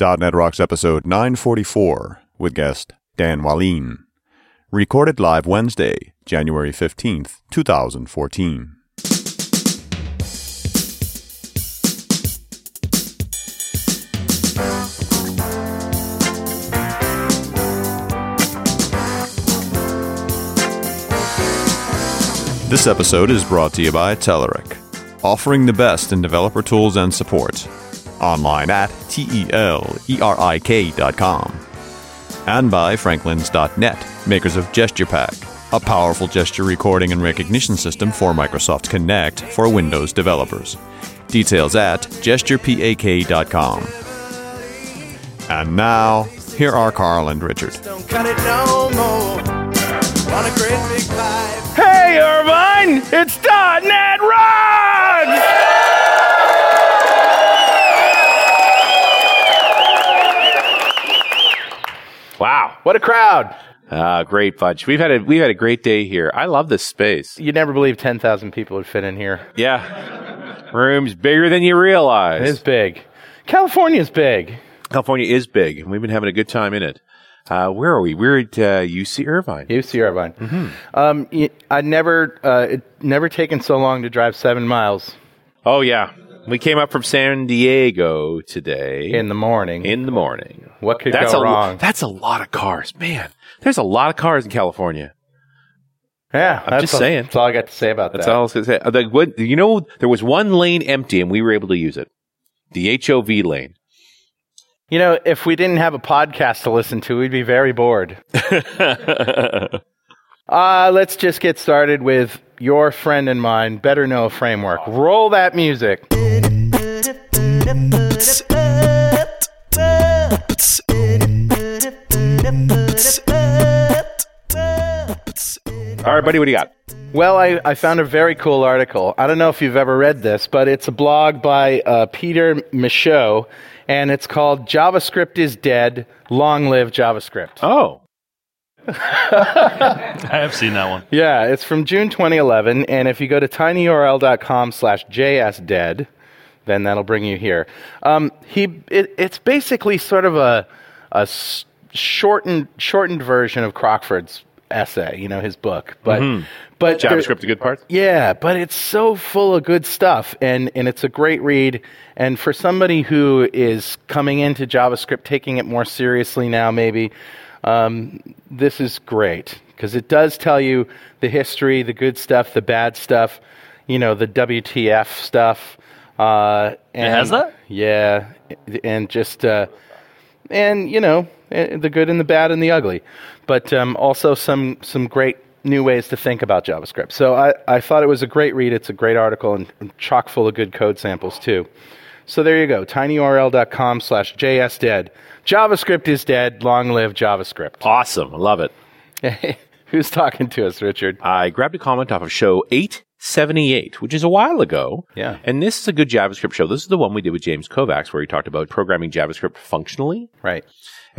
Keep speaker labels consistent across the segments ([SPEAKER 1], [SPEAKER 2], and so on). [SPEAKER 1] .NET Rocks episode 944 with guest Dan Wallin. Recorded live Wednesday, January 15th, 2014. This episode is brought to you by Telerik, offering the best in developer tools and support. Online at E telerik.com. And by Franklins.net, makers of Gesture Pack, a powerful gesture recording and recognition system for Microsoft Connect for Windows developers. Details at gesturepak.com. And now, here are Carl and Richard.
[SPEAKER 2] Don't cut it no more. On a great big pipe.
[SPEAKER 3] Hey, Irvine! It's .NET Rocks! Wow, what a crowd!
[SPEAKER 4] Ah, great bunch. We've had a we've had a great day here. I love this space.
[SPEAKER 3] You'd never believe 10,000 people would fit in here.
[SPEAKER 4] Yeah. Room's bigger than you
[SPEAKER 3] It is
[SPEAKER 4] realize.
[SPEAKER 3] big. California's big.
[SPEAKER 4] California is big, and we've been having a good time in it. Uh, where are we? We're at uh, UC Irvine.
[SPEAKER 3] UC Irvine.
[SPEAKER 4] Mm-hmm.
[SPEAKER 3] Um, y- I never, uh, it never taken so long to drive seven miles
[SPEAKER 4] Oh yeah. We came up from San Diego today
[SPEAKER 3] in the morning.
[SPEAKER 4] in the morning.
[SPEAKER 3] what could
[SPEAKER 4] That's
[SPEAKER 3] go
[SPEAKER 4] a
[SPEAKER 3] wrong?
[SPEAKER 4] that's a lot of cars, man. There's a lot of cars in California.
[SPEAKER 3] yeah, I'm
[SPEAKER 4] just saying.
[SPEAKER 3] That's all I got to say about
[SPEAKER 4] That's
[SPEAKER 3] that.
[SPEAKER 4] all I was gonna say. Uh, the- what- you know, there was one lane empty, and we were able to use it. The HOV lane.
[SPEAKER 3] You know, if we didn't have a podcast to listen to, we'd be very bored. Uh, let's just get started with your friend and mine, Better Know a Framework. Roll that music.
[SPEAKER 4] All right, buddy, what do you got?
[SPEAKER 3] Well, I, I found a very cool article. I don't know if you've ever read this, but it's a blog by uh, Peter Michaud, and it's called JavaScript is Dead, Long Live JavaScript.
[SPEAKER 4] Oh,
[SPEAKER 5] I have seen that one.
[SPEAKER 3] Yeah, it's from June 2011, and if you go to tinyurl.com slash jsdead, then that'll bring you here. Um, he, it, it's basically sort of a, a s- shortened, shortened version of Crockford's essay, you know, his book. But, but there-
[SPEAKER 4] Mm-hmm. JavaScript, the good parts.
[SPEAKER 3] yeah, but it's so full of good stuff, and, and it's a great read. And for somebody who is coming into JavaScript, taking it more seriously now, maybe, um, this is great because it does tell you the history, the good stuff, the bad stuff, you know, the WTF stuff. Uh, and,
[SPEAKER 5] has that?
[SPEAKER 3] Yeah, and just uh, and you know eh, the good and the bad and the ugly, but um, also some some great new ways to think about JavaScript. So I, I thought it was a great read. It's a great article and chock full of good code samples too. So there you go, tinyurl.com slash jsdead. JavaScript is dead. Long live JavaScript.
[SPEAKER 4] Awesome. I love it.
[SPEAKER 3] Who's talking to us, Richard?
[SPEAKER 4] I grabbed a comment off of show 878, which is a while ago.
[SPEAKER 3] Yeah.
[SPEAKER 4] And this is a good JavaScript show. This is the one we did with James Kovacs where he talked about programming JavaScript functionally,
[SPEAKER 3] Right.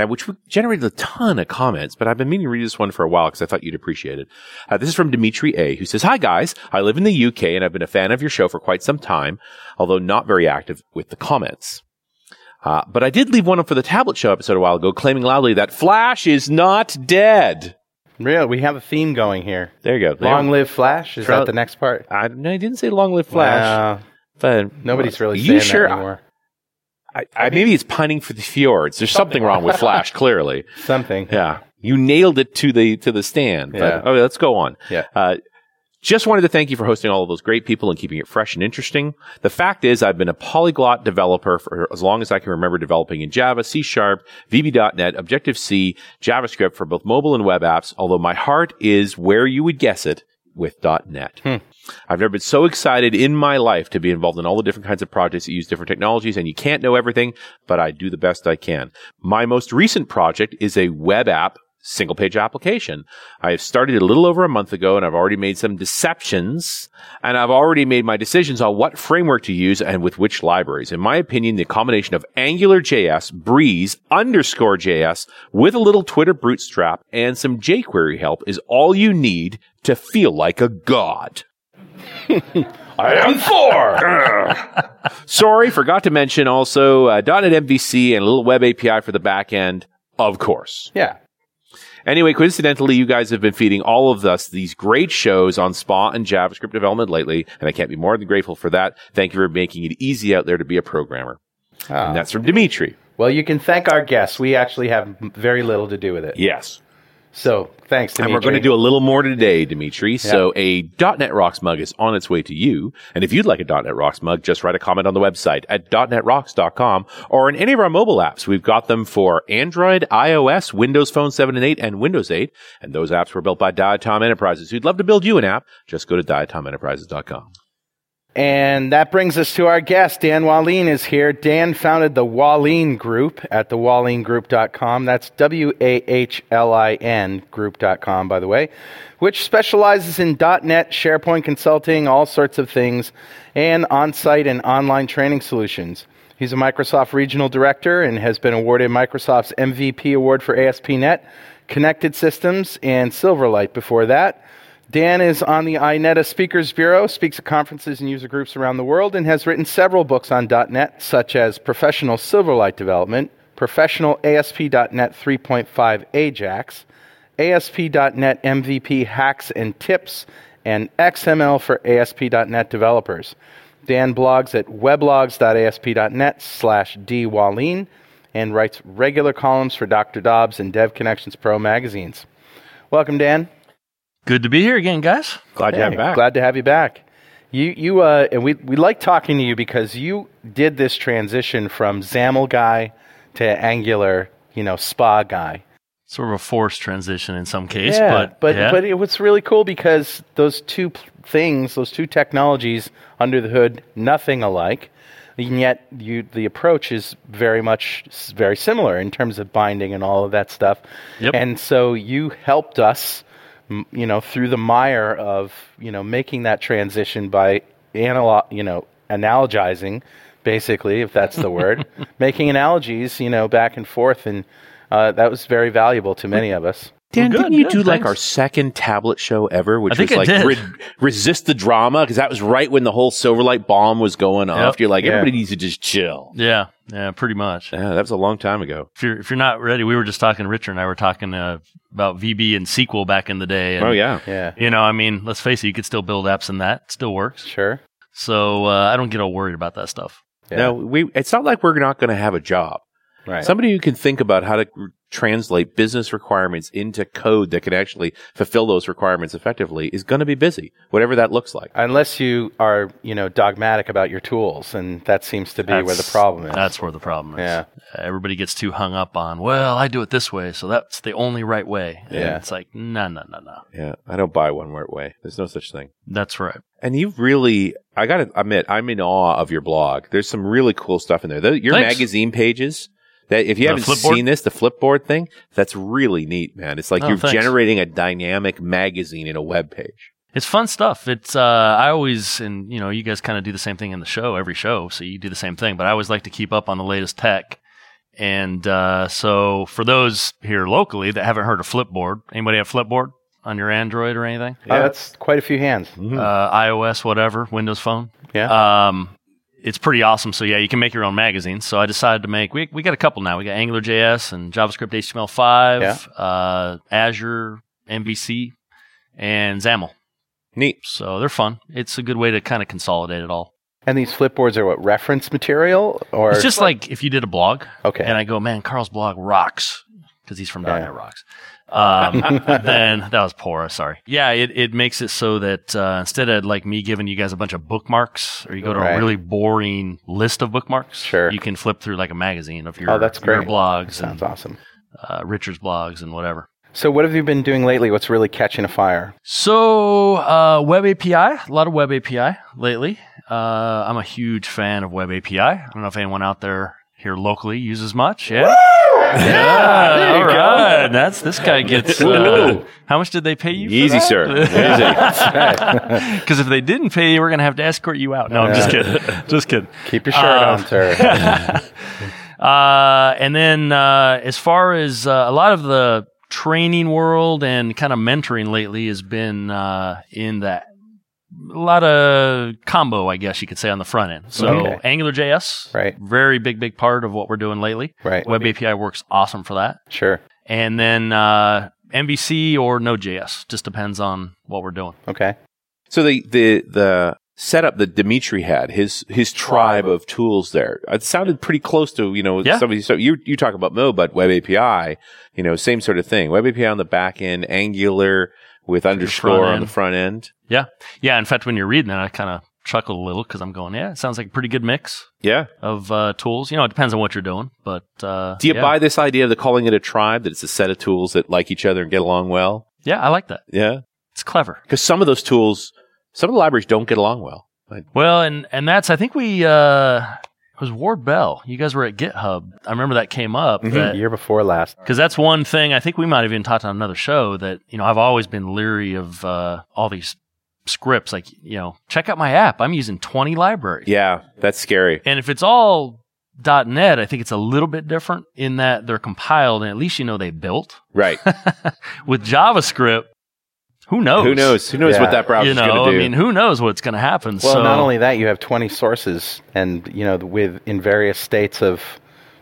[SPEAKER 4] uh, which we- generated a ton of comments, but I've been meaning to read this one for a while because I thought you'd appreciate it. Uh, this is from Dimitri A, who says, Hi guys, I live in the UK and I've been a fan of your show for quite some time, although not very active with the comments. Uh, but I did leave one up for the tablet show episode a while ago, claiming loudly that Flash is not dead.
[SPEAKER 3] Real. We have a theme going here.
[SPEAKER 4] There you go.
[SPEAKER 3] Long live Flash. Is that the next part?
[SPEAKER 4] I, no, I didn't say long live Flash,
[SPEAKER 3] Wow.
[SPEAKER 4] but
[SPEAKER 3] nobody's really
[SPEAKER 4] Are
[SPEAKER 3] saying
[SPEAKER 4] you sure?
[SPEAKER 3] that anymore.
[SPEAKER 4] I, I, maybe it's pining for the fjords. There's something wrong with Flash, clearly.
[SPEAKER 3] Something.
[SPEAKER 4] Yeah, you nailed it to the to the stand. But,
[SPEAKER 3] Yeah.
[SPEAKER 4] Oh, let's go on.
[SPEAKER 3] Yeah.
[SPEAKER 4] Uh, just wanted to thank you for hosting all of those great people and keeping it fresh and interesting. The fact is, I've been a polyglot developer for as long as I can remember developing in Java, C Sharp, VB.NET, Objective C, JavaScript for both mobile and web apps, although my heart is where you would guess it with .NET.
[SPEAKER 3] Hmm.
[SPEAKER 4] I've never been so excited in my life to be involved in all the different kinds of projects that use different technologies, and you can't know everything, but I do the best I can. My most recent project is a web app single page application. I have started it a little over a month ago, and I've already made some deceptions, and I've already made my decisions on what framework to use and with which libraries. In my opinion, the combination of AngularJS, Breeze, underscore JS, with a little Twitter bootstrap and some jQuery help is all you need to feel like a god. I am four. Sorry, forgot to mention also uh, .NET MVC and a little web API for the back end, of course.
[SPEAKER 3] Yeah.
[SPEAKER 4] Anyway, coincidentally, you guys have been feeding all of us these great shows on Spa and JavaScript development lately, and I can't be more than grateful for that. Thank you for making it easy out there to be a programmer. And that's from Dimitri.
[SPEAKER 3] Well, you can thank our guests. We actually have m- very little to do with it.
[SPEAKER 4] Yes.
[SPEAKER 3] So thanks, Dimitri.
[SPEAKER 4] And we're going to do a little more today, Dimitri. So a .NET Rocks mug is on its way to you. And if you'd like a .NET Rocks mug, just write a comment on the website at .NETRocks.com or in any of our mobile apps. We've got them for Android, iOS, Windows Phone 7 and 8, and Windows 8. And those apps were built by Diatom Enterprises. Who'd love to build you an app? Just go to DiatomEnterprises.com.
[SPEAKER 3] And that brings us to our guest. Dan Wallin is here. Dan founded the Wallin Group at thewallingroup.com. That's W A H L I N group.com, by the way, which specializes in .NET, SharePoint consulting, all sorts of things, and on site and online training solutions. He's a Microsoft Regional Director and has been awarded Microsoft's MVP award for ASP.NET, Connected Systems, and Silverlight before that. Dan is on the INETA Speakers Bureau, speaks at conferences and user groups around the world, and has written several books on .NET, such as Professional Silverlight Development, Professional ASP.NET 3.5 AJAX, ASP.NET MVP Hacks and Tips, and XML for ASP.NET Developers. Dan blogs at weblogs.asp.net slash dwallin and writes regular columns for Dr. Dobbs and Dev Connections Pro magazines. Welcome, Dan.
[SPEAKER 5] Good to be here again, guys.
[SPEAKER 4] Glad you have
[SPEAKER 3] Hey,
[SPEAKER 4] it back.
[SPEAKER 3] Glad to have you back. You, you, uh, and we, we like talking to you because you did this transition from XAML guy to Angular, you know, SPA guy.
[SPEAKER 5] Sort of a forced transition in some case, but
[SPEAKER 3] but,
[SPEAKER 5] yeah.
[SPEAKER 3] but it was really cool because those two pl- things, those two technologies under the hood, nothing alike, and yet you, the approach is very much s- very similar in terms of binding and all of that stuff.
[SPEAKER 5] Yep.
[SPEAKER 3] And so you helped us, m- you know, through the mire of you know making that transition by analog, you know, analogizing, basically, if that's the word, making analogies, you know, back and forth, and uh, that was very valuable to many of us.
[SPEAKER 4] Dan,
[SPEAKER 5] Well, good,
[SPEAKER 4] didn't you
[SPEAKER 5] good,
[SPEAKER 4] do like
[SPEAKER 5] thanks.
[SPEAKER 4] our second tablet show ever, which
[SPEAKER 5] I think
[SPEAKER 4] was
[SPEAKER 5] I
[SPEAKER 4] like
[SPEAKER 5] did.
[SPEAKER 4] resist the drama? Because that was right when the whole Silverlight bomb was going off. You're like,
[SPEAKER 3] Yeah.
[SPEAKER 4] everybody needs to just chill.
[SPEAKER 5] yeah, yeah, pretty much.
[SPEAKER 4] Yeah, that was a long time ago.
[SPEAKER 5] If you're if you're not ready, we were just talking. Richard and I were talking uh, about VB and SQL back in the day. And,
[SPEAKER 4] Oh yeah,
[SPEAKER 3] Yeah.
[SPEAKER 5] You know, I mean, let's face it, you could still build apps in that. It still works.
[SPEAKER 3] Sure.
[SPEAKER 5] So uh, I don't get all worried about that stuff.
[SPEAKER 3] Yeah.
[SPEAKER 4] No, we. It's not like we're not going to have a job.
[SPEAKER 3] Right.
[SPEAKER 4] Somebody who can think about how to translate business requirements into code that can actually fulfill those requirements effectively is going to be busy, whatever that looks like.
[SPEAKER 3] Unless you are, you know, dogmatic about your tools, and that seems to be where the
[SPEAKER 5] That's-
[SPEAKER 3] problem is.
[SPEAKER 5] That's where the problem is.
[SPEAKER 3] Yeah.
[SPEAKER 5] Everybody gets too hung up on, well, I do it this way, so that's the only right way. And
[SPEAKER 3] Yeah.
[SPEAKER 5] It's like, no, no, no, no.
[SPEAKER 4] Yeah, I don't buy one word way. There's no such thing.
[SPEAKER 5] That's right.
[SPEAKER 4] And you've really, I got to admit, I'm in awe of your blog. There's some really cool stuff in there. Th- Your
[SPEAKER 5] Thanks.
[SPEAKER 4] magazine pages, that if you
[SPEAKER 5] The
[SPEAKER 4] haven't
[SPEAKER 5] Flipboard?
[SPEAKER 4] seen this, the Flipboard thing, that's really neat, man. It's like
[SPEAKER 5] Oh,
[SPEAKER 4] you're
[SPEAKER 5] thanks.
[SPEAKER 4] generating a dynamic magazine in a web page.
[SPEAKER 5] It's fun stuff. It's uh, I always and you know you guys kind of do the same thing in the show every show, so you do the same thing. But I always like to keep up on the latest tech, and uh, so for those here locally that haven't heard of Flipboard, anybody have Flipboard on your Android or anything?
[SPEAKER 3] Oh, that's quite a few hands.
[SPEAKER 5] uh, iOS, whatever, Windows Phone. Yeah. Um, it's pretty awesome. So yeah, you can make your own magazines. So I decided to make. We we got a couple now. We got AngularJS and JavaScript HTML5, uh, Azure MVC, and XAML.
[SPEAKER 4] Neat.
[SPEAKER 5] So they're fun. It's a good way to kind of consolidate it all.
[SPEAKER 3] And these flipboards are what reference material, or
[SPEAKER 5] It's just like if you did a blog,
[SPEAKER 3] Okay.
[SPEAKER 5] and I go, man, Carl's blog rocks because he's from .NET Rocks. Um, then that was poor. Sorry. Yeah, it, it makes it so that uh, instead of like me giving you guys a bunch of bookmarks, or you go to
[SPEAKER 3] Right.
[SPEAKER 5] a really boring list of bookmarks,
[SPEAKER 3] Sure.
[SPEAKER 5] you can flip through like a magazine of your
[SPEAKER 3] Oh, that's
[SPEAKER 5] your
[SPEAKER 3] great.
[SPEAKER 5] blogs
[SPEAKER 3] sounds
[SPEAKER 5] and
[SPEAKER 3] awesome.
[SPEAKER 5] uh, Richard's blogs and whatever.
[SPEAKER 3] So, what have you been doing lately? What's really catching a fire?
[SPEAKER 5] So, uh, Web API, a lot of Web API lately. Uh, I'm a huge fan of Web API. I don't know if anyone out there here locally uses much. Yeah. Yeah, all right. That's this guy gets. Uh, how much did they pay you?
[SPEAKER 4] Easy, sir. Easy.
[SPEAKER 5] Because if they didn't pay you, we're gonna have to escort you out. No, I'm just kidding. Just kidding.
[SPEAKER 3] Keep your shirt on, sir.
[SPEAKER 5] Uh, and then uh, as far as uh, a lot of the training world and kind of mentoring lately has been uh, in the a lot of combo, I guess you could say, on the front end. So
[SPEAKER 3] Okay.
[SPEAKER 5] AngularJS,
[SPEAKER 3] Right.
[SPEAKER 5] very big, big part of what we're doing lately.
[SPEAKER 3] Right.
[SPEAKER 5] Web API works awesome for that.
[SPEAKER 3] Sure.
[SPEAKER 5] And then uh, MVC or Node.js, just depends on what we're doing.
[SPEAKER 3] Okay.
[SPEAKER 4] So the the the setup that Dimitri had, his his tribe of tools there, it sounded pretty close to you know
[SPEAKER 5] Yeah.
[SPEAKER 4] some of these. So you you talk about Mo, but Web API, you know, same sort of thing. Web API on the back end, Angular with underscore on the
[SPEAKER 5] end.
[SPEAKER 4] front end.
[SPEAKER 5] Yeah. Yeah. In fact, when you're reading it, I kind of chuckled a little because I'm going, yeah, it sounds like a pretty good mix
[SPEAKER 4] Yeah.
[SPEAKER 5] of uh, tools. You know, it depends on what you're doing, but uh,
[SPEAKER 4] Do you
[SPEAKER 5] yeah.
[SPEAKER 4] buy this idea of the calling it a tribe that it's a set of tools that like each other and get along well?
[SPEAKER 5] Yeah, I like that.
[SPEAKER 4] Yeah.
[SPEAKER 5] It's clever.
[SPEAKER 4] Because some of those tools, some of the libraries don't get along well. Like,
[SPEAKER 5] Well, and and that's I think we uh, it was Ward Bell. You guys were at GitHub. I remember that came up.
[SPEAKER 3] Mm-hmm.
[SPEAKER 4] Mhm.
[SPEAKER 5] that-
[SPEAKER 3] Year before last.
[SPEAKER 5] Because that's one thing I think we might have even talked on another show that, you know, I've always been leery of uh, all these scripts. Like, you know, check out my app. I'm using 20 libraries.
[SPEAKER 4] yeah, that's scary.
[SPEAKER 5] And if it's all .NET, I think it's a little bit different in that they're compiled and at least you know they built.
[SPEAKER 4] Right.
[SPEAKER 5] With JavaScript, who knows?
[SPEAKER 4] Who knows? Who knows
[SPEAKER 3] Yeah.
[SPEAKER 4] what that browser's
[SPEAKER 5] Oh, You know,
[SPEAKER 4] going
[SPEAKER 5] I
[SPEAKER 4] to do?
[SPEAKER 5] mean, who knows what's going to happen?
[SPEAKER 3] Well,
[SPEAKER 5] so
[SPEAKER 3] not only that, you have 20 sources and, you know, with in various states of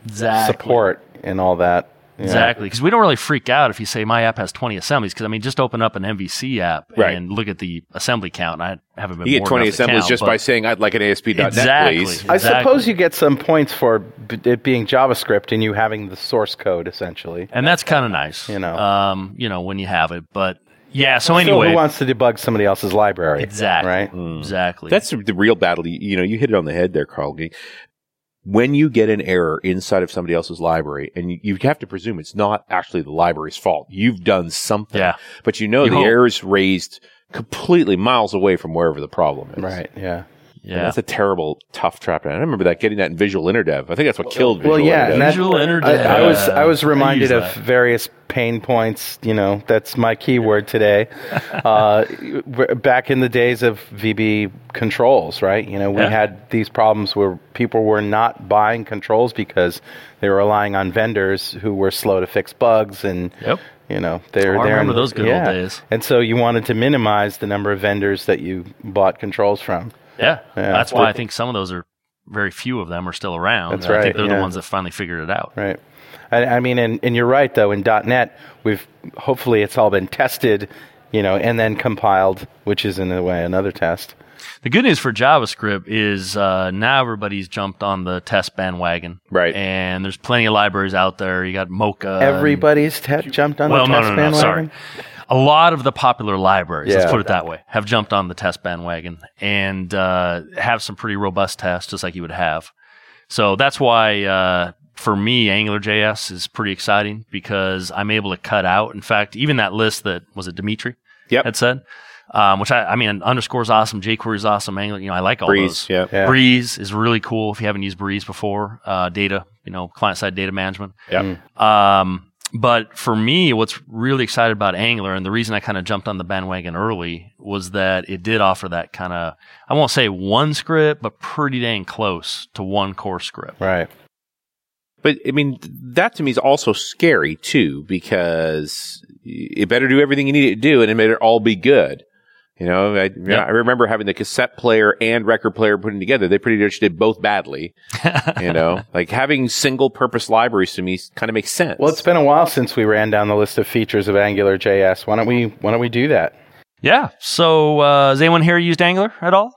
[SPEAKER 5] exactly.
[SPEAKER 3] support and all that. Yeah.
[SPEAKER 5] Exactly, because we don't really freak out if you say my app has 20 assemblies. Because I mean, just open up an MVC app
[SPEAKER 4] Right.
[SPEAKER 5] and look at the assembly count. I haven't been
[SPEAKER 4] You get
[SPEAKER 5] bored
[SPEAKER 4] 20
[SPEAKER 5] enough to
[SPEAKER 4] assemblies
[SPEAKER 5] count,
[SPEAKER 4] just
[SPEAKER 5] but-
[SPEAKER 4] by saying, I'd like an ASP.NET,
[SPEAKER 5] exactly.
[SPEAKER 4] please.
[SPEAKER 3] I
[SPEAKER 5] exactly.
[SPEAKER 3] suppose you get some points for b- it being JavaScript and you having the source code essentially.
[SPEAKER 5] and that's kind of nice.
[SPEAKER 3] You know.
[SPEAKER 5] um, you know when you have it, but yeah. So
[SPEAKER 3] So
[SPEAKER 5] anyway,
[SPEAKER 3] who wants to debug somebody else's library?
[SPEAKER 5] exactly,
[SPEAKER 3] Right.
[SPEAKER 5] exactly.
[SPEAKER 4] That's the real battle. You, you know, you hit it on the head there, Carl. When you get an error inside of somebody else's library, and you, you have to presume it's not actually the library's fault, you've done something.
[SPEAKER 5] Yeah.
[SPEAKER 4] But you know
[SPEAKER 5] You
[SPEAKER 4] the
[SPEAKER 5] hope.
[SPEAKER 4] error's raised completely miles away from wherever the problem is.
[SPEAKER 3] Right. Yeah.
[SPEAKER 4] And
[SPEAKER 5] yeah.
[SPEAKER 4] That's a terrible, tough trap. I remember that getting that in Visual InterDev. I think that's what killed Visual
[SPEAKER 3] Well, yeah,
[SPEAKER 4] InterDev.
[SPEAKER 3] and that-
[SPEAKER 5] Visual InterDev.
[SPEAKER 3] I, I was I was
[SPEAKER 5] I use
[SPEAKER 3] reminded of
[SPEAKER 5] that.
[SPEAKER 3] various pain points. You know, that's my keyword today. uh, w- back in the days of VB controls, right? You know, we
[SPEAKER 5] Yeah.
[SPEAKER 3] had these problems where people were not buying controls because they were relying on vendors who were slow to fix bugs and.
[SPEAKER 5] Yep.
[SPEAKER 3] You know, they're
[SPEAKER 5] Oh, I
[SPEAKER 3] there.
[SPEAKER 5] remember
[SPEAKER 3] and-
[SPEAKER 5] those good old
[SPEAKER 3] yeah.
[SPEAKER 5] days.
[SPEAKER 3] And so you wanted to minimize the number of vendors that you bought controls from.
[SPEAKER 5] Yeah.
[SPEAKER 3] Yeah.
[SPEAKER 5] That's why I think some of those are very few of them are still around.
[SPEAKER 3] That's
[SPEAKER 5] I
[SPEAKER 3] right,
[SPEAKER 5] think they're
[SPEAKER 3] yeah.
[SPEAKER 5] the ones that finally figured it out.
[SPEAKER 3] Right. I, I mean, and, and you're right though. In .NET, we've hopefully it's all been tested, you know, and then compiled, which is in a way another test.
[SPEAKER 5] The good news for JavaScript is uh, now everybody's jumped on the test bandwagon.
[SPEAKER 4] Right.
[SPEAKER 5] And there's plenty of libraries out there. You got Mocha. and-
[SPEAKER 3] Everybody's te- jumped on
[SPEAKER 5] Um, well,
[SPEAKER 3] the
[SPEAKER 5] no,
[SPEAKER 3] test
[SPEAKER 5] no, no, no,
[SPEAKER 3] bandwagon.
[SPEAKER 5] sorry. A lot of the popular libraries, let's
[SPEAKER 3] Yeah.
[SPEAKER 5] put it that way, have jumped on the test bandwagon and uh, have some pretty robust tests, just like you would have. So that's why, uh, for me, AngularJS is pretty exciting because I'm able to cut out. In fact, even that list that was it Dimitri
[SPEAKER 4] Yep.
[SPEAKER 5] had said, um, which I, I mean, underscores awesome, jQuery's awesome, Angular, you know, I like all
[SPEAKER 4] Breeze,
[SPEAKER 5] those.
[SPEAKER 4] yeah.
[SPEAKER 3] Yeah.
[SPEAKER 5] Breeze is really cool if you haven't used Breeze before. Uh, data, you know, client side data management.
[SPEAKER 4] Yeah.
[SPEAKER 5] Um, but for me, what's really excited about Angler and the reason I kind of jumped on the bandwagon early was that it did offer that kind of, I won't say one script, but pretty dang close to one core script.
[SPEAKER 3] Right.
[SPEAKER 4] But I mean, th- that to me is also scary too, because y- it better do everything you need it to do, and it better all be good. You know, I,
[SPEAKER 5] Yeah.
[SPEAKER 4] I remember having the cassette player and record player putting together. They pretty much did both badly. You know, like having single purpose libraries to me kind of makes sense.
[SPEAKER 3] Well, it's been a while since we ran down the list of features of Angular JS. Why don't we Why don't we do that?
[SPEAKER 5] Yeah. So, uh, has anyone here used Angler at all?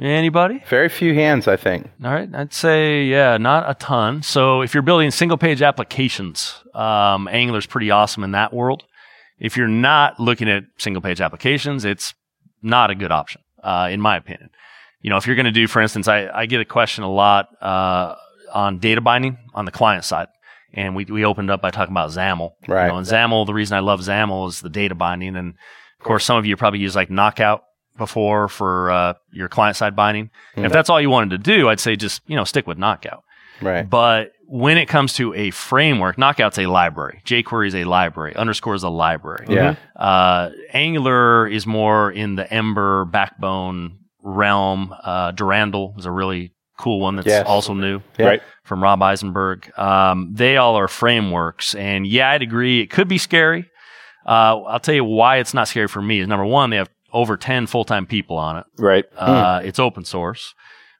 [SPEAKER 5] Anybody?
[SPEAKER 3] Very few hands, I think.
[SPEAKER 5] All right. I'd say, yeah, not a ton. So if you're building single page applications, um, Angular's pretty awesome in that world. If you're not looking at single page applications, it's not a good option, uh, in my opinion. You know, if you're going to do, for instance, I, I get a question a lot, uh, on data binding on the client side. And we, we opened up by talking about XAML. You
[SPEAKER 3] Right.
[SPEAKER 5] know, and XAML, the reason I love XAML is the data binding. And of course, some of you probably use like Knockout before for uh, your client side binding. And if that's all you wanted to do, I'd say just you know stick with Knockout.
[SPEAKER 3] Right.
[SPEAKER 5] But when it comes to a framework, Knockout's a library. jQuery is a library. Underscore is a library.
[SPEAKER 3] Yeah.
[SPEAKER 5] Uh, Angular is more in the Ember backbone realm. Uh, Durandal is a really cool one that's
[SPEAKER 3] Yes.
[SPEAKER 5] also new
[SPEAKER 3] Yeah.
[SPEAKER 4] Right.
[SPEAKER 5] from Rob Eisenberg. Um, they all are frameworks. And yeah, I'd agree. It could be scary. Uh, I'll tell you why it's not scary for me is number one, they have over 10 full-time people on it.
[SPEAKER 4] Right.
[SPEAKER 3] Hmm.
[SPEAKER 5] Uh, It's open source,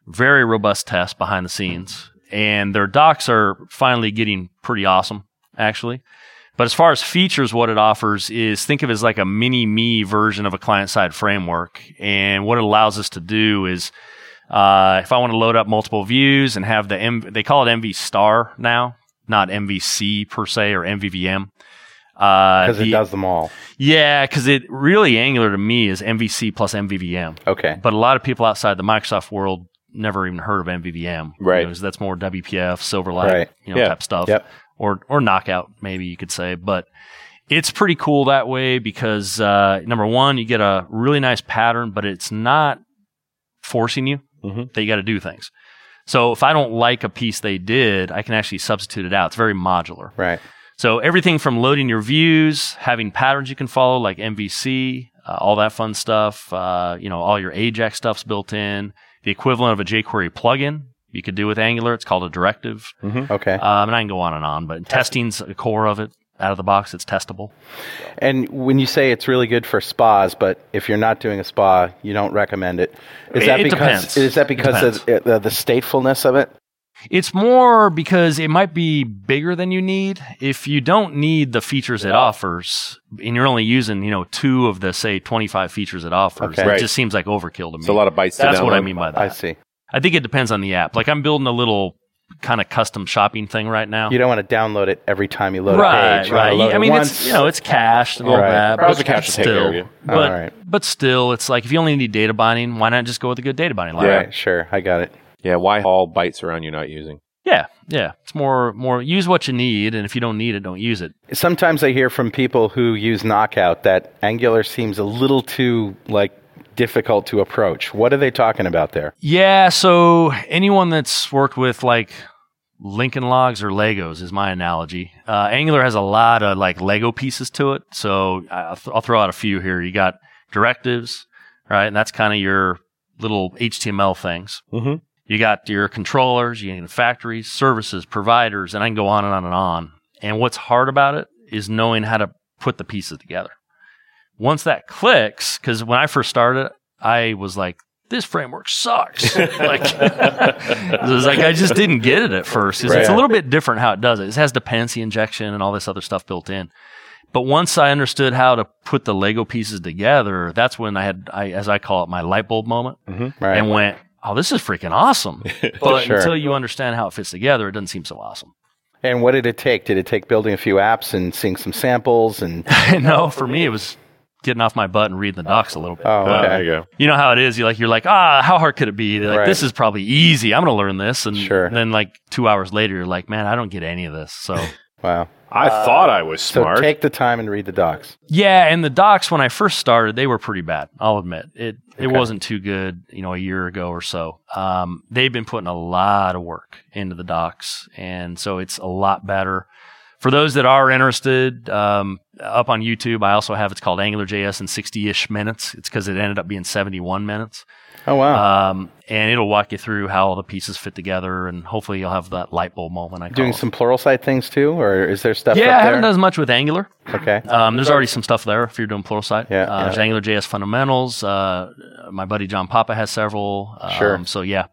[SPEAKER 5] very robust test behind the scenes, and their docs are finally getting pretty awesome, actually. But as far as features, what it offers is think of it as like a mini me version of a client side framework. And what it allows us to do is uh, if I want to load up multiple views and have the M, they call it MV star now, not MVC per se or MVVM. Because
[SPEAKER 3] because it does them all.
[SPEAKER 5] Yeah, because it really Angular to me is MVC plus MVVM.
[SPEAKER 3] Okay.
[SPEAKER 5] But a lot of people outside the Microsoft world never even heard of MVVM. You
[SPEAKER 4] Right.
[SPEAKER 5] know, so that's more WPF, Silverlight,
[SPEAKER 3] Right.
[SPEAKER 5] you know,
[SPEAKER 4] Yeah.
[SPEAKER 5] type stuff.
[SPEAKER 3] Yep.
[SPEAKER 5] Or or knockout, maybe you could say. But it's pretty cool that way because uh, number one, you get a really nice pattern, but it's not forcing you
[SPEAKER 4] Mhm.
[SPEAKER 5] that you got to do things. So if I don't like a piece they did, I can actually substitute it out. It's very modular.
[SPEAKER 3] Right.
[SPEAKER 5] So everything from loading your views, having patterns you can follow like MVC, uh, all that fun stuff. Uh, you know, all your AJAX stuff's built in. The equivalent of a jQuery plugin you could do with Angular. It's called a directive.
[SPEAKER 3] Okay.
[SPEAKER 5] Um, and I can go on and on, but testing's the core of it. Out of the box, it's testable.
[SPEAKER 3] And when you say it's really good for spas, but if you're not doing a spa, you don't recommend it. Is
[SPEAKER 5] It-
[SPEAKER 3] that
[SPEAKER 5] it
[SPEAKER 3] because
[SPEAKER 5] depends.
[SPEAKER 3] is that
[SPEAKER 5] It
[SPEAKER 3] because of uh, the, the statefulness of it?
[SPEAKER 5] It's more because it might be bigger than you need. If you don't need the features it offers, and you're only using you know two of the say 25 features it offers,
[SPEAKER 3] Okay.
[SPEAKER 5] it
[SPEAKER 4] Right.
[SPEAKER 5] just seems like overkill to me.
[SPEAKER 4] It's a lot of bytes. to
[SPEAKER 5] That's what I
[SPEAKER 4] download.
[SPEAKER 5] mean by that.
[SPEAKER 3] I see.
[SPEAKER 5] I think it depends on the app. Like I'm building a little kind of custom shopping thing right now.
[SPEAKER 3] You don't want to download it every time you load a
[SPEAKER 5] right,
[SPEAKER 3] page. You wanna
[SPEAKER 5] right.
[SPEAKER 3] load
[SPEAKER 5] I
[SPEAKER 3] it
[SPEAKER 5] mean,
[SPEAKER 3] once.
[SPEAKER 5] it's you know, it's cached and all
[SPEAKER 3] Right.
[SPEAKER 5] that.
[SPEAKER 4] Browser
[SPEAKER 5] but
[SPEAKER 4] cache will take care of
[SPEAKER 5] still,
[SPEAKER 4] you.
[SPEAKER 5] but
[SPEAKER 3] All right.
[SPEAKER 5] but still, it's like if you only need data binding, why not just go with a good data binding
[SPEAKER 3] All
[SPEAKER 5] library?
[SPEAKER 3] right, sure, I got it.
[SPEAKER 4] Yeah. Why haul bytes around you're not using?
[SPEAKER 5] Yeah, yeah. It's more more use what you need, and if you don't need it, don't use it.
[SPEAKER 3] Sometimes I hear from people who use Knockout that Angular seems a little too like difficult to approach. What are they talking about there?
[SPEAKER 5] Yeah. So anyone that's worked with like Lincoln Logs or Legos is my analogy. Uh, Angular has a lot of like Lego pieces to it. So I- I'll, th- I'll throw out a few here. You got directives, right? And that's kind of your little HTML things.
[SPEAKER 4] Mhm.
[SPEAKER 5] You got your controllers, you got factories, services, providers, and I can go on and on and on. And what's hard about it is knowing how to put the pieces together. Once that clicks, because when I first started, I was like, this framework sucks. like, it was like I just didn't get it at first. 'cause It's a
[SPEAKER 3] Right.
[SPEAKER 5] little bit different how it does it. It has dependency injection and all this other stuff built in. But once I understood how to put the Lego pieces together, that's when I had, I, as I call it, my light bulb moment,
[SPEAKER 3] Right.
[SPEAKER 5] and went, "Oh, this is freaking awesome!" But
[SPEAKER 3] Sure.
[SPEAKER 5] until you understand how it fits together, it doesn't seem so awesome.
[SPEAKER 3] And what did it take? Did it take building a few apps and seeing some samples and
[SPEAKER 5] no, for me, it was getting off my butt and reading the docs a little bit.
[SPEAKER 3] oh,
[SPEAKER 4] Oh, there
[SPEAKER 3] okay.
[SPEAKER 4] you go.
[SPEAKER 5] you know how it is. You like you're like, ah, how hard could it be? They're like,
[SPEAKER 3] Right.
[SPEAKER 5] this is probably easy. I'm gonna learn this, and
[SPEAKER 3] Sure.
[SPEAKER 5] then like two hours later, you're like, man, I don't get any of this. So
[SPEAKER 3] wow.
[SPEAKER 4] I thought I was
[SPEAKER 3] Uh, So
[SPEAKER 4] smart.
[SPEAKER 3] take the time and read the docs.
[SPEAKER 5] yeah, and the docs when I first started, they were pretty bad. I'll admit it. It wasn't too good, you know, a year ago or so. Um, they've been putting a lot of work into the docs, and so it's a lot better. For those that are interested, um, up on YouTube, I also have it's called AngularJS in 60-ish minutes. It's because it ended up being 71 minutes.
[SPEAKER 3] Oh wow.
[SPEAKER 5] um, and it'll walk you through how all the pieces fit together, and hopefully you'll have that light bulb moment. I call
[SPEAKER 3] Doing
[SPEAKER 5] it.
[SPEAKER 3] some Pluralsight things too, or is there stuff?
[SPEAKER 5] Yeah, I
[SPEAKER 3] up
[SPEAKER 5] haven't done
[SPEAKER 3] there?
[SPEAKER 5] as much with Angular.
[SPEAKER 3] Okay.
[SPEAKER 5] Um, there's already some stuff there if you're doing Pluralsight.
[SPEAKER 3] Yeah,
[SPEAKER 5] uh,
[SPEAKER 3] yeah.
[SPEAKER 5] There's AngularJS fundamentals. Uh, my buddy John Papa has several. Um,
[SPEAKER 3] Sure.
[SPEAKER 5] So yeah,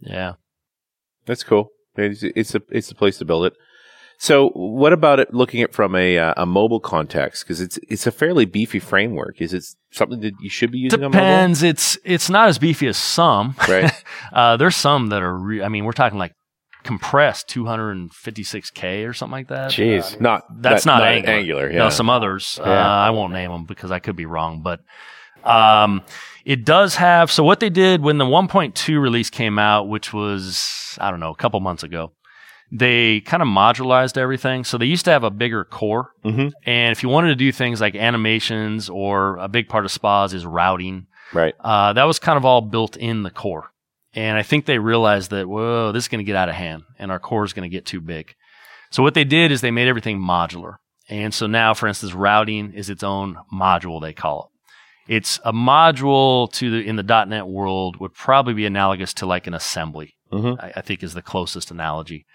[SPEAKER 5] yeah.
[SPEAKER 4] That's cool. It's, it's a it's a place to build it. So, what about it? Looking at from a uh, a mobile context, because it's it's a fairly beefy framework. Is it something that you should be using on
[SPEAKER 5] Depends. It's it's not as beefy as some.
[SPEAKER 4] mobile? Right.
[SPEAKER 5] Uh, there's some that are. Re- I mean, we're talking like compressed 256k or something like that.
[SPEAKER 3] Jeez.
[SPEAKER 4] Not
[SPEAKER 5] That's
[SPEAKER 4] that-
[SPEAKER 5] not, Angular.
[SPEAKER 4] angular. Yeah.
[SPEAKER 5] No, some others. Uh,
[SPEAKER 3] Yeah.
[SPEAKER 5] I won't name them because I could be wrong, but um, it does have. So what they did when the 1.2 release came out, which was I don't know a couple months ago, they kind of modularized everything. So they used to have a bigger core,
[SPEAKER 4] Mhm.
[SPEAKER 5] and if you wanted to do things like animations or a big part of spas is routing,
[SPEAKER 4] Right.
[SPEAKER 5] uh, that was kind of all built in the core. And I think they realized that, whoa, this is going to get out of hand and our core is going to get too big. So what they did is they made everything modular. And so now, for instance, routing is its own module, they call it. It's a module to the, in the .NET world would probably be analogous to like an assembly.
[SPEAKER 4] Mhm.
[SPEAKER 5] I, I think is the closest analogy.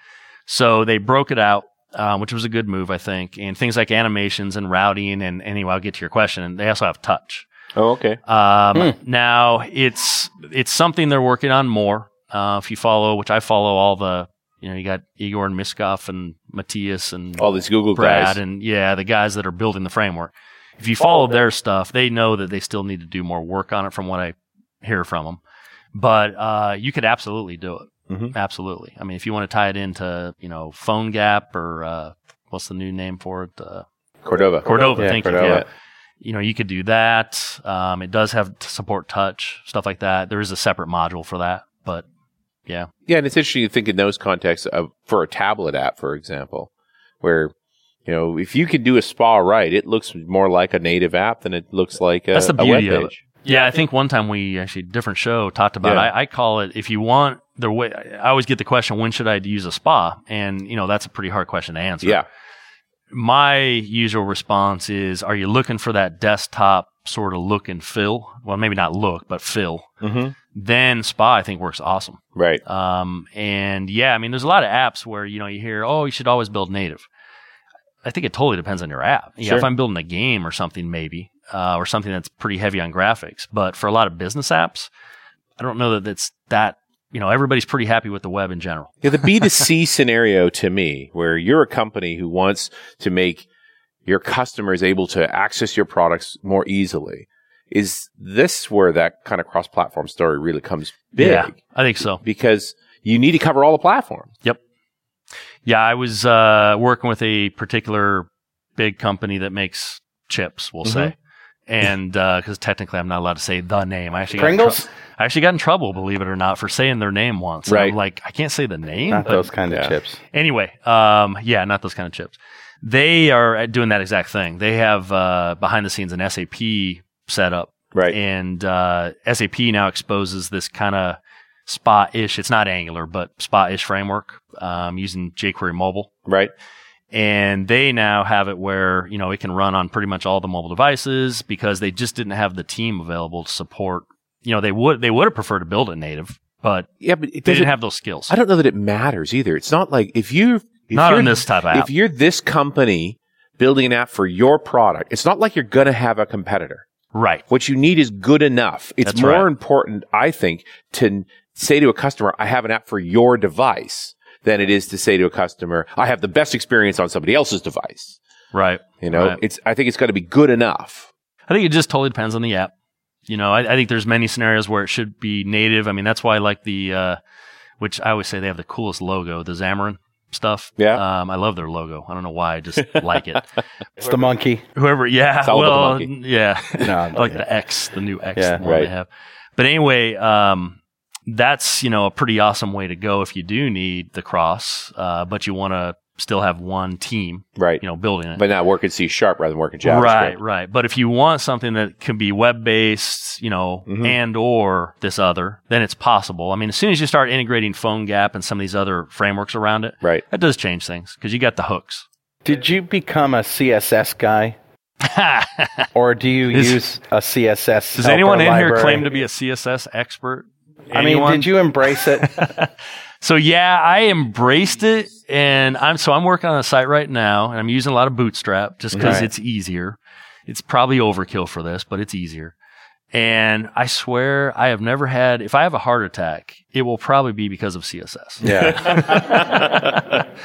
[SPEAKER 5] So they broke it out, uh, which was a good move, I think. And things like animations and routing, and anyway, I'll get to your question. And they also have touch.
[SPEAKER 4] Oh, okay.
[SPEAKER 5] Um, Now it's it's something they're working on more. Uh, if you follow, which I follow, all the you know you got Igor and Miskov and Matthias and
[SPEAKER 4] All these Google
[SPEAKER 5] Brad
[SPEAKER 4] Oh, guys.
[SPEAKER 5] and yeah, the guys that are building the framework. If you follow their stuff, they know that they still need to do more work on it from what I hear from them. But uh, you could absolutely do it.
[SPEAKER 4] Mhm.
[SPEAKER 5] Absolutely. I mean, if you want to tie it into, you know, Phone Gap or uh, what's the new name for it? Uh,
[SPEAKER 4] Cordova. Oh,
[SPEAKER 5] Cordova.
[SPEAKER 3] Yeah,
[SPEAKER 5] thank
[SPEAKER 3] Cordova.
[SPEAKER 5] you. Yeah. You know, you could do that. Um, it does have to support touch, stuff like that. There is a separate module for that, but yeah.
[SPEAKER 4] Yeah, and it's interesting to think in those contexts of, for a tablet app, for example, where you know if you can do a spa right, it looks more like a native app than it looks like a,
[SPEAKER 5] That's the
[SPEAKER 4] a
[SPEAKER 5] beauty of
[SPEAKER 4] webpage.
[SPEAKER 5] it. Yeah, I think one time we actually different show talked about.
[SPEAKER 4] Yeah.
[SPEAKER 5] I, I call it if you want the way. I always get the question, when should I use a spa? And you know that's a pretty hard question to answer.
[SPEAKER 4] Yeah,
[SPEAKER 5] My usual response is, are you looking for that desktop sort of look and feel? Well, maybe not look, but feel.
[SPEAKER 4] Mhm.
[SPEAKER 5] Then spa, I think works awesome.
[SPEAKER 4] right.
[SPEAKER 5] Um, and yeah, I mean, there's a lot of apps where you know you hear, oh, you should always build native. I think it totally depends on your app. Yeah,
[SPEAKER 4] Sure.
[SPEAKER 5] if I'm building a game or something, maybe, uh, or something that's pretty heavy on graphics. But for a lot of business apps, I don't know that that's that. You know, everybody's pretty happy with the web in general.
[SPEAKER 4] Yeah, the B2C scenario to me, where you're a company who wants to make your customers able to access your products more easily, is this where that kind of cross platform story really comes big?
[SPEAKER 5] I think so.
[SPEAKER 4] Because you need to cover all the platforms.
[SPEAKER 5] Yeah, I was uh, working with a particular big company that makes chips, we'll say. And because technically I'm not allowed to say the name. I actually got in trou-
[SPEAKER 3] Pringles?
[SPEAKER 5] I actually got in trouble, believe it or not, for saying their name once. And I'm
[SPEAKER 4] Right.
[SPEAKER 5] like, I can't say the name.
[SPEAKER 3] Not
[SPEAKER 5] but-
[SPEAKER 3] those kind of
[SPEAKER 4] yeah.
[SPEAKER 3] chips.
[SPEAKER 5] Anyway, um, yeah, not those kind of chips. They are uh, doing that exact thing. They have uh, behind the scenes an SAP set up
[SPEAKER 4] Right.
[SPEAKER 5] and uh, SAP now exposes this kind of spot-ish. It's not Angular, but spot-ish framework um, using jQuery mobile,
[SPEAKER 4] right.
[SPEAKER 5] and they now have it where you know it can run on pretty much all the mobile devices because they just didn't have the team available to support. You know, they would they would have preferred to build it native, but
[SPEAKER 4] Yeah, but it
[SPEAKER 5] they
[SPEAKER 4] doesn't
[SPEAKER 5] didn't have those skills.
[SPEAKER 4] I don't know that it matters either. It's not like if you if
[SPEAKER 5] Not
[SPEAKER 4] you're-
[SPEAKER 5] on this type of app.
[SPEAKER 4] If you're this company building an app for your product, it's not like you're going to have a competitor.
[SPEAKER 5] right.
[SPEAKER 4] What you need is good enough. It's
[SPEAKER 5] That's
[SPEAKER 4] more
[SPEAKER 5] right.
[SPEAKER 4] important, I think, to n- say to a customer, "I have an app for your device," than it is to say to a customer, "I have the best experience on somebody else's device."
[SPEAKER 5] Right.
[SPEAKER 4] You know,
[SPEAKER 5] Right.
[SPEAKER 4] it's. I think it's got to be good enough.
[SPEAKER 5] I think it just totally depends on the app. You know, I, I think there's many scenarios where it should be native. I mean, that's why I like the, uh, which I always say they have the coolest logo, the Xamarin stuff.
[SPEAKER 4] Yeah.
[SPEAKER 5] Um, I love their logo. I don't know why. I just like it.
[SPEAKER 3] It's the monkey.
[SPEAKER 5] Whoever, yeah.
[SPEAKER 4] It's all about the
[SPEAKER 5] well,
[SPEAKER 4] monkey.
[SPEAKER 5] yeah.
[SPEAKER 3] No, I
[SPEAKER 5] I like
[SPEAKER 3] love
[SPEAKER 5] the X, the new X,
[SPEAKER 3] Yeah,
[SPEAKER 5] the one they
[SPEAKER 4] right.
[SPEAKER 5] have. But anyway, um, that's you know a pretty awesome way to go if you do need the cross, uh, but you want to still have one team,
[SPEAKER 4] Right.
[SPEAKER 5] you know, building it.
[SPEAKER 4] but now work in C sharp rather than work in JavaScript.
[SPEAKER 5] Right, right. But if you want something that can be web based, you know,
[SPEAKER 4] Mhm.
[SPEAKER 5] and or this other, then it's possible. I mean, as soon as you start integrating Phone Gap and some of these other frameworks around it,
[SPEAKER 4] Right.
[SPEAKER 5] that does change things because you got the hooks.
[SPEAKER 3] Did you become a CSS guy,
[SPEAKER 5] does
[SPEAKER 3] or do you
[SPEAKER 5] Is-
[SPEAKER 3] use a CSS? helper
[SPEAKER 5] anyone in here
[SPEAKER 3] library?
[SPEAKER 5] claim to be a CSS expert?
[SPEAKER 3] I mean,
[SPEAKER 5] Anyone?
[SPEAKER 3] did you embrace it?
[SPEAKER 5] so yeah, I embraced it, and I'm so I'm working on a site right now, and I'm using a lot of Bootstrap just because
[SPEAKER 3] Right.
[SPEAKER 5] it's easier. It's probably overkill for this, but it's easier. And I swear, I have never had. If I have a heart attack, it will probably be because of CSS.
[SPEAKER 3] yeah.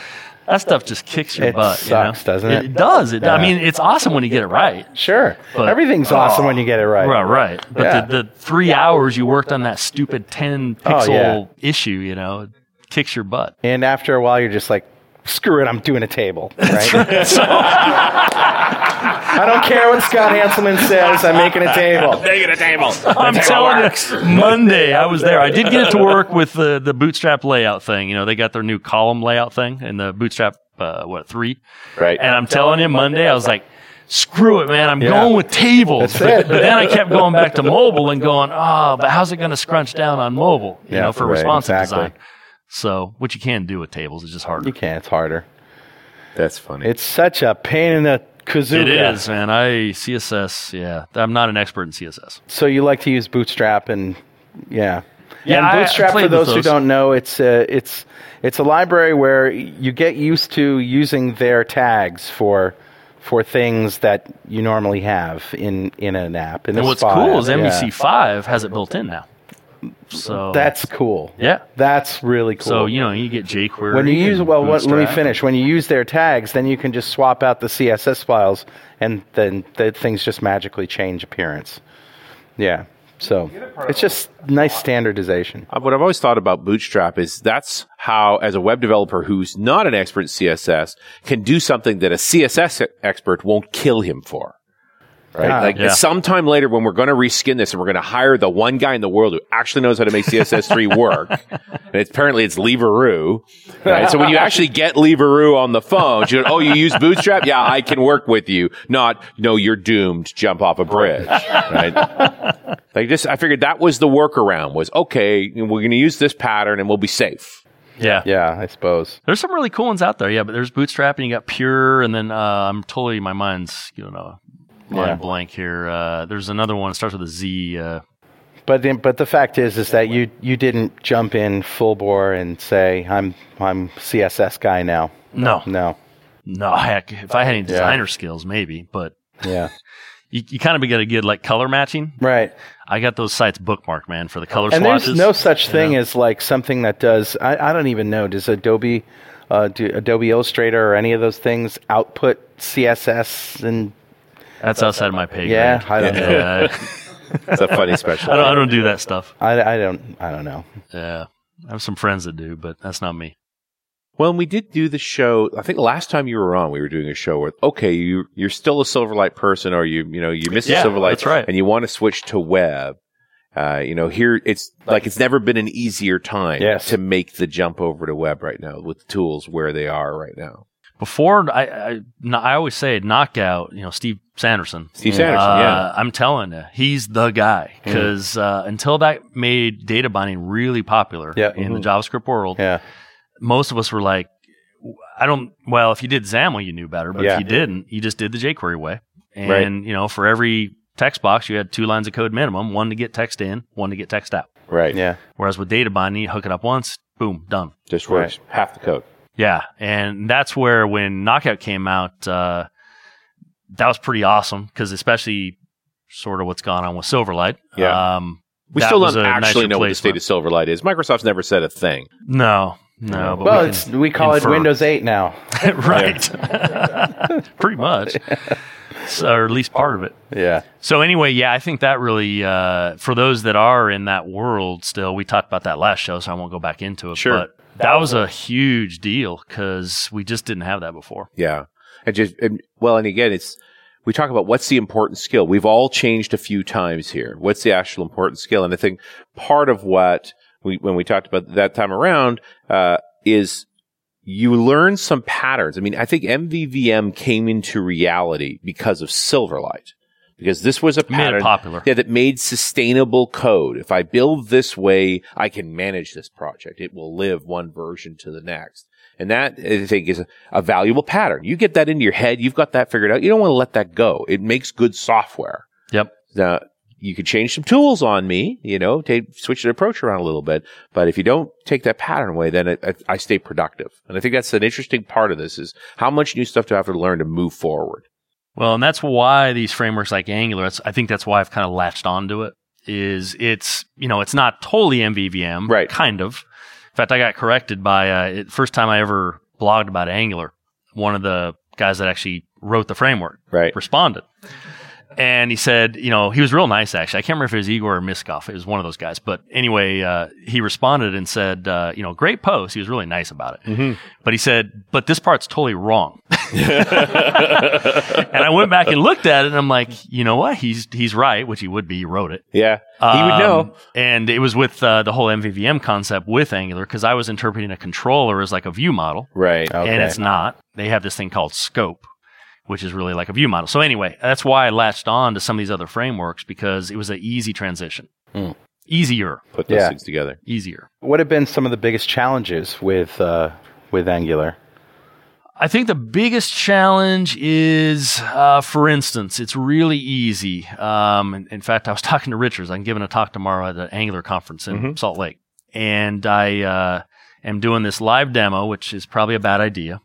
[SPEAKER 5] That stuff just kicks your
[SPEAKER 3] It
[SPEAKER 5] butt.
[SPEAKER 3] sucks,
[SPEAKER 5] you know?
[SPEAKER 3] doesn't it?
[SPEAKER 5] It does. It, I
[SPEAKER 3] Yeah.
[SPEAKER 5] mean, it's awesome when you get it right.
[SPEAKER 3] Sure.
[SPEAKER 5] But- oh,
[SPEAKER 3] Everything's awesome when you get it right.
[SPEAKER 5] Right, right. But
[SPEAKER 3] Yeah.
[SPEAKER 5] the, the three hours you worked on that stupid ten
[SPEAKER 3] Oh,
[SPEAKER 5] pixel
[SPEAKER 3] yeah.
[SPEAKER 5] issue, you know, it kicks your butt.
[SPEAKER 3] And after a while, you're just like, screw it, I'm doing a table. Right? I don't care what Scott Hanselman says, I'm making a table.
[SPEAKER 5] I'm telling you, Monday I was there. I did get it to work with the the Bootstrap layout thing. You know, they got their new column layout thing and the Bootstrap uh, what three?
[SPEAKER 4] Right.
[SPEAKER 5] And I'm telling you, Monday I was like, screw it, man. I'm
[SPEAKER 3] Yeah.
[SPEAKER 5] going with tables.
[SPEAKER 3] That's it.
[SPEAKER 5] But, then I kept going back to mobile and going, oh, but how's it going to scrunch down on mobile? You
[SPEAKER 3] Yeah,
[SPEAKER 5] know, for
[SPEAKER 3] right,
[SPEAKER 5] responsive
[SPEAKER 3] exactly.
[SPEAKER 5] design. So what you can do with tables is just harder.
[SPEAKER 3] You can't, it's harder.
[SPEAKER 4] That's funny.
[SPEAKER 3] It's such a pain in the kazoo.
[SPEAKER 5] It is, man. I CSS. Yeah, I'm not an expert in CSS.
[SPEAKER 3] So you like to use Bootstrap and, yeah.
[SPEAKER 5] Yeah, I- I
[SPEAKER 3] and Bootstrap,
[SPEAKER 5] played
[SPEAKER 3] for
[SPEAKER 5] with
[SPEAKER 3] those, who
[SPEAKER 5] those.
[SPEAKER 3] don't know, it's a, it's, it's a library where you get used to using their tags for for things that you normally have in in an app. In
[SPEAKER 5] And
[SPEAKER 3] a
[SPEAKER 5] what's
[SPEAKER 3] spot.
[SPEAKER 5] cool is E
[SPEAKER 3] Yeah.
[SPEAKER 5] MVC5 has it built in now. So
[SPEAKER 3] That's cool.
[SPEAKER 5] Yeah.
[SPEAKER 3] That's really cool.
[SPEAKER 5] so you know you get jQuery
[SPEAKER 3] when you
[SPEAKER 5] and
[SPEAKER 3] use well, what, let me
[SPEAKER 5] Bootstrap.
[SPEAKER 3] finish. When you use their tags, then you can just swap out the CSS files, and then the things just magically change appearance. Yeah. So it's just nice standardization.
[SPEAKER 4] Uh, What I've always thought about Bootstrap is that's how, as a web developer who's not an expert in CSS, can do something that a CSS e- expert won't kill him for. Right?
[SPEAKER 3] Ah,
[SPEAKER 4] like
[SPEAKER 5] yeah.
[SPEAKER 4] sometime later when we're going to reskin this and we're going to hire the one guy in the world who actually knows how to make CSS3 work. And it's, apparently it's Leveroo. Right? So when you actually get Leveroo on the phone, you go, oh, you use Bootstrap? Yeah, I can work with you. Not, no, you're doomed. Jump off a bridge. Right? Like just, I figured that was the workaround was okay. We're going to use this pattern and we'll be safe.
[SPEAKER 5] yeah.
[SPEAKER 3] Yeah, I suppose.
[SPEAKER 5] There's some really cool ones out there, yeah. But there's Bootstrap, and you got Pure, and then uh, I'm totally my mind's you know mind
[SPEAKER 3] Yeah.
[SPEAKER 5] blank here. Uh, there's another one it starts with a Z. Uh,
[SPEAKER 3] But the, but the fact is is that you you didn't jump in full bore and say I'm I'm CSS guy now.
[SPEAKER 5] no, no,
[SPEAKER 3] No.
[SPEAKER 5] heck, if I had any designer skills, maybe. But
[SPEAKER 3] Yeah.
[SPEAKER 5] you, you kind of got to get like color matching.
[SPEAKER 3] right.
[SPEAKER 5] I got those sites bookmarked, man, for the color
[SPEAKER 3] And
[SPEAKER 5] swatches.
[SPEAKER 3] there's no such thing as like something that does. I, I don't even know. Does Adobe, uh, do Adobe Illustrator or any of those things output CSS and
[SPEAKER 5] That's outside of my pay grade.
[SPEAKER 3] yeah? I don't know.
[SPEAKER 5] Yeah,
[SPEAKER 4] It's a funny
[SPEAKER 5] I,
[SPEAKER 4] special.
[SPEAKER 5] I don't, I don't do that stuff.
[SPEAKER 3] I, I don't. I don't know.
[SPEAKER 5] Yeah, I have some friends that do, but that's not me.
[SPEAKER 4] Well, and we did do the show. I think last time you were on, we were doing a show where okay, you you're still a Silverlight person, or you you know you missed
[SPEAKER 5] Yeah,
[SPEAKER 4] the Silverlight,
[SPEAKER 5] that's right.
[SPEAKER 4] and you want to switch to web. Uh, you know, here it's like it's never been an easier time
[SPEAKER 3] Yes.
[SPEAKER 4] to make the jump over to web right now with tools where they are right now.
[SPEAKER 5] Before I, I, no, I always say knockout. You know, Steve Sanderson.
[SPEAKER 4] Steve Sanderson, yeah.
[SPEAKER 5] Uh, I'm telling you, he's the guy. Because uh, until that made data binding really popular
[SPEAKER 3] Yeah.
[SPEAKER 5] in the JavaScript world,
[SPEAKER 3] Yeah.
[SPEAKER 5] most of us were like, I don't, well, if you did XAML, you knew better, but
[SPEAKER 3] Yeah.
[SPEAKER 5] if you didn't, you just did the jQuery way. And,
[SPEAKER 4] Right.
[SPEAKER 5] you know, for every text box, you had two lines of code minimum one to get text in, one to get text out.
[SPEAKER 4] Right.
[SPEAKER 3] Yeah.
[SPEAKER 5] Whereas with data binding, you hook it up once, boom, done.
[SPEAKER 4] Just works half the code.
[SPEAKER 5] Yeah, and that's where when Knockout came out, uh, that was pretty awesome because especially sort of what's gone on with Silverlight.
[SPEAKER 4] Yeah.
[SPEAKER 5] um,
[SPEAKER 4] We
[SPEAKER 5] that
[SPEAKER 4] still
[SPEAKER 5] was
[SPEAKER 4] don't
[SPEAKER 5] a nice
[SPEAKER 4] actually know what the state
[SPEAKER 5] replacement.
[SPEAKER 4] of Silverlight is. Microsoft's never said a thing.
[SPEAKER 5] No, no. But
[SPEAKER 3] well,
[SPEAKER 5] we
[SPEAKER 3] it's we call
[SPEAKER 5] infer.
[SPEAKER 3] it Windows 8 now.
[SPEAKER 5] can, right, pretty much, so, or at least part of it.
[SPEAKER 3] Yeah.
[SPEAKER 5] So anyway, yeah, I think that really uh, for those that are in that world still, we talked about that last show, so I won't go back into it.
[SPEAKER 4] Sure.
[SPEAKER 5] But that was a huge deal because we just didn't have that before.
[SPEAKER 4] Yeah. And just, and, well, and again, it's, we talk about what's the important skill. We've all changed a few times here. What's the actual important skill? And I think part of what we, when we talked about that time around, uh, is you learn some patterns. I mean, I think MVVM came into reality because of Silverlight, because this was a
[SPEAKER 5] Made
[SPEAKER 4] pattern
[SPEAKER 5] it popular.
[SPEAKER 4] yeah, that made sustainable code. If I build this way, I can manage this project. It will live one version to the next. And that, I think, is a, a valuable pattern. You get that into your head. You've got that figured out. You don't want to let that go. It makes good software.
[SPEAKER 5] Yep.
[SPEAKER 4] Now, you could change some tools on me, you know, take, switch the approach around a little bit. But if you don't take that pattern away, then it, I, I stay productive. And I think that's an interesting part of this is how much new stuff do I have to learn to move forward?
[SPEAKER 5] Well, and that's why these frameworks like Angular, that's, I think that's why I've kind of latched onto it. Is it's you know it's not totally MVVM,
[SPEAKER 4] Right.
[SPEAKER 5] Kind of. In fact, I got corrected by uh, it, first time I ever blogged about Angular. One of the guys that actually wrote the framework
[SPEAKER 4] Right.
[SPEAKER 5] responded, and he said, you know, he was real nice actually. I can't remember if it was Igor or Miskov. It was one of those guys. But anyway, uh, he responded and said, uh, you know, great post. He was really nice about it.
[SPEAKER 4] Mm-hmm.
[SPEAKER 5] But he said, but this part's totally wrong. and I went back and looked at it, and I'm like, you know what? He's he's right, which he would be. He wrote it.
[SPEAKER 4] Yeah. he would
[SPEAKER 5] Um,
[SPEAKER 4] know.
[SPEAKER 5] And it was with uh, the whole MVVM concept with Angular because I was interpreting a controller as like a view model,
[SPEAKER 4] Right.
[SPEAKER 3] Okay.
[SPEAKER 5] and it's not. They have this thing called scope, which is really like a view model. So anyway, that's why I latched on to some of these other frameworks because it was an easy transition,
[SPEAKER 3] Hmm.
[SPEAKER 5] easier,
[SPEAKER 4] Put those
[SPEAKER 3] Yeah.
[SPEAKER 4] things together.
[SPEAKER 5] easier.
[SPEAKER 3] What have been some of the biggest challenges with uh, with Angular?
[SPEAKER 5] I think the biggest challenge is, uh, for instance, it's really easy. Um, in, in fact, I was talking to Richards. I'm giving a talk tomorrow at the Angular conference in
[SPEAKER 3] Mm-hmm.
[SPEAKER 5] Salt Lake, and I uh, am doing this live demo, which is probably a bad idea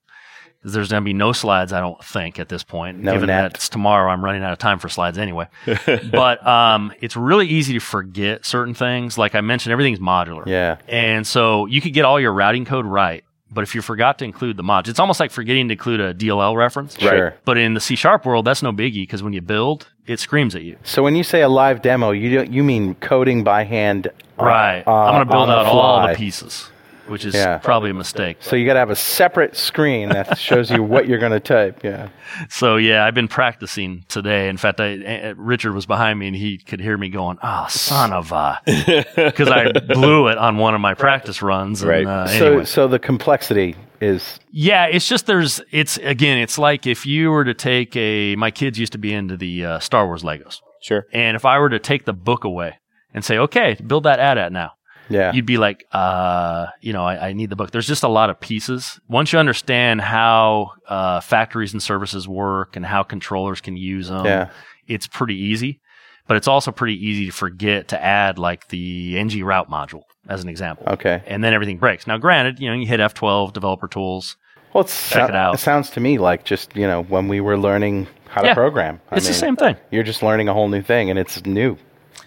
[SPEAKER 5] is there's going to be no slides, I don't think, at this point.
[SPEAKER 3] No
[SPEAKER 5] Given
[SPEAKER 3] net.
[SPEAKER 5] that it's tomorrow, I'm running out of time for slides anyway. but um, it's really easy to forget certain things. Like I mentioned, everything's modular.
[SPEAKER 3] Yeah.
[SPEAKER 5] And so you could get all your routing code right, but if you forgot to include the mods, it's almost like forgetting to include a DLL reference.
[SPEAKER 3] Sure.
[SPEAKER 5] But in the C sharp world, that's no biggie because when you build, it screams at you.
[SPEAKER 3] So when you say a live demo, you don't, you mean coding by hand. on-
[SPEAKER 5] Right.
[SPEAKER 3] uh,
[SPEAKER 5] I'm going to
[SPEAKER 3] on
[SPEAKER 5] build
[SPEAKER 3] the
[SPEAKER 5] out all the
[SPEAKER 3] fly.
[SPEAKER 5] pieces, which is
[SPEAKER 3] Yeah.
[SPEAKER 5] probably a mistake.
[SPEAKER 3] So you got to have a separate screen that shows you what you're going to type. Yeah.
[SPEAKER 5] So yeah, I've been practicing today. In fact, I, uh, Richard was behind me and he could hear me going, "Ah, son of a," because I blew it on one of my practice runs. And,
[SPEAKER 4] Right.
[SPEAKER 5] uh,
[SPEAKER 3] So
[SPEAKER 5] anyway.
[SPEAKER 3] so the complexity is
[SPEAKER 5] Yeah, it's just there's it's again, it's like if you were to take a my kids used to be into the uh, Star Wars Legos,
[SPEAKER 4] Sure.
[SPEAKER 5] and if I were to take the book away and say, okay, build that AT-AT now,
[SPEAKER 3] yeah.
[SPEAKER 5] you'd be like, uh, you know, I, I need the book. There's just a lot of pieces. Once you understand how uh, factories and services work and how controllers can use them,
[SPEAKER 3] Yeah.
[SPEAKER 5] it's pretty easy. But it's also pretty easy to forget to add like the ng route module as an example.
[SPEAKER 3] okay.
[SPEAKER 5] And then everything breaks. Now, granted, you know, you hit F12, developer tools.
[SPEAKER 3] Well, it's,
[SPEAKER 5] Check it out.
[SPEAKER 3] it sounds to me like just you know when we were learning how
[SPEAKER 5] Yeah.
[SPEAKER 3] to program. I
[SPEAKER 5] it's the
[SPEAKER 3] mean,
[SPEAKER 5] same thing.
[SPEAKER 3] You're just learning a whole new thing, and it's new.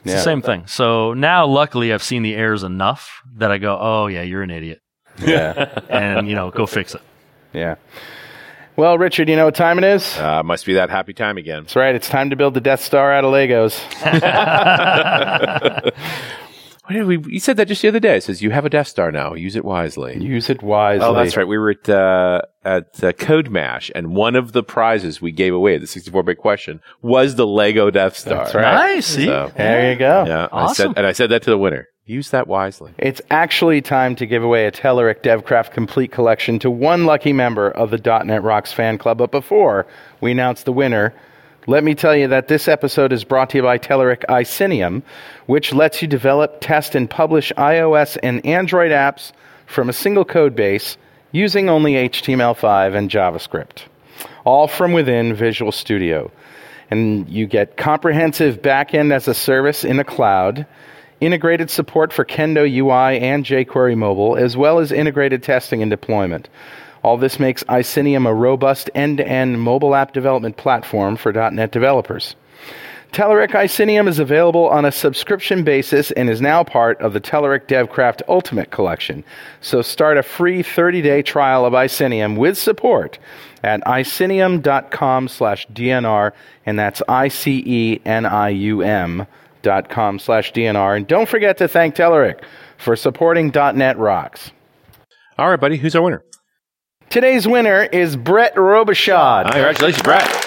[SPEAKER 5] It's the same thing. So now, luckily, I've seen the errors enough that I go, oh, yeah, you're an idiot.
[SPEAKER 3] Yeah.
[SPEAKER 5] And, you know, go fix it.
[SPEAKER 3] yeah. Well, Richard, you know what time it is.
[SPEAKER 4] Uh, must be that happy time again.
[SPEAKER 3] That's right. It's time to build the Death Star out of Legos.
[SPEAKER 4] What did we? You said that just the other day. It says you have a Death Star now. Use it wisely.
[SPEAKER 3] Use it wisely.
[SPEAKER 4] Oh, that's right. We were at uh, at uh, Code Mash, and one of the prizes we gave away, the 64 bit question, was the Lego Death Star.
[SPEAKER 3] That's right.
[SPEAKER 5] Nice. See?
[SPEAKER 4] So,
[SPEAKER 3] There you go.
[SPEAKER 4] yeah, I
[SPEAKER 5] Awesome.
[SPEAKER 4] said, and I said that to the winner. Use that wisely.
[SPEAKER 3] It's actually time to give away a Telerik DevCraft Complete Collection to one lucky member of the .NET Rocks fan club. But before we announce the winner, let me tell you that this episode is brought to you by Telerik Icinium, which lets you develop, test, and publish iOS and Android apps from a single code base using only HTML5 and JavaScript, all from within Visual Studio and you get comprehensive backend as a service in the cloud, integrated support for Kendo UI and jQuery mobile, as well as integrated testing and deployment. All this makes Icinium a robust end-to-end mobile app development platform for .NET developers. Telerik Icinium is available on a subscription basis and is now part of the Telerik DevCraft Ultimate Collection. So start a free 30-day trial of Icinium with support at icinium.com slash DNR, and that's E I-C-E-N-I-U-M dot com slash DNR. And don't forget to thank Telerik for supporting .NET Rocks.
[SPEAKER 4] All right, buddy. Who's our winner?
[SPEAKER 3] Today's winner is Brett Robichaud.
[SPEAKER 4] All right, Ah, congratulations, Brett.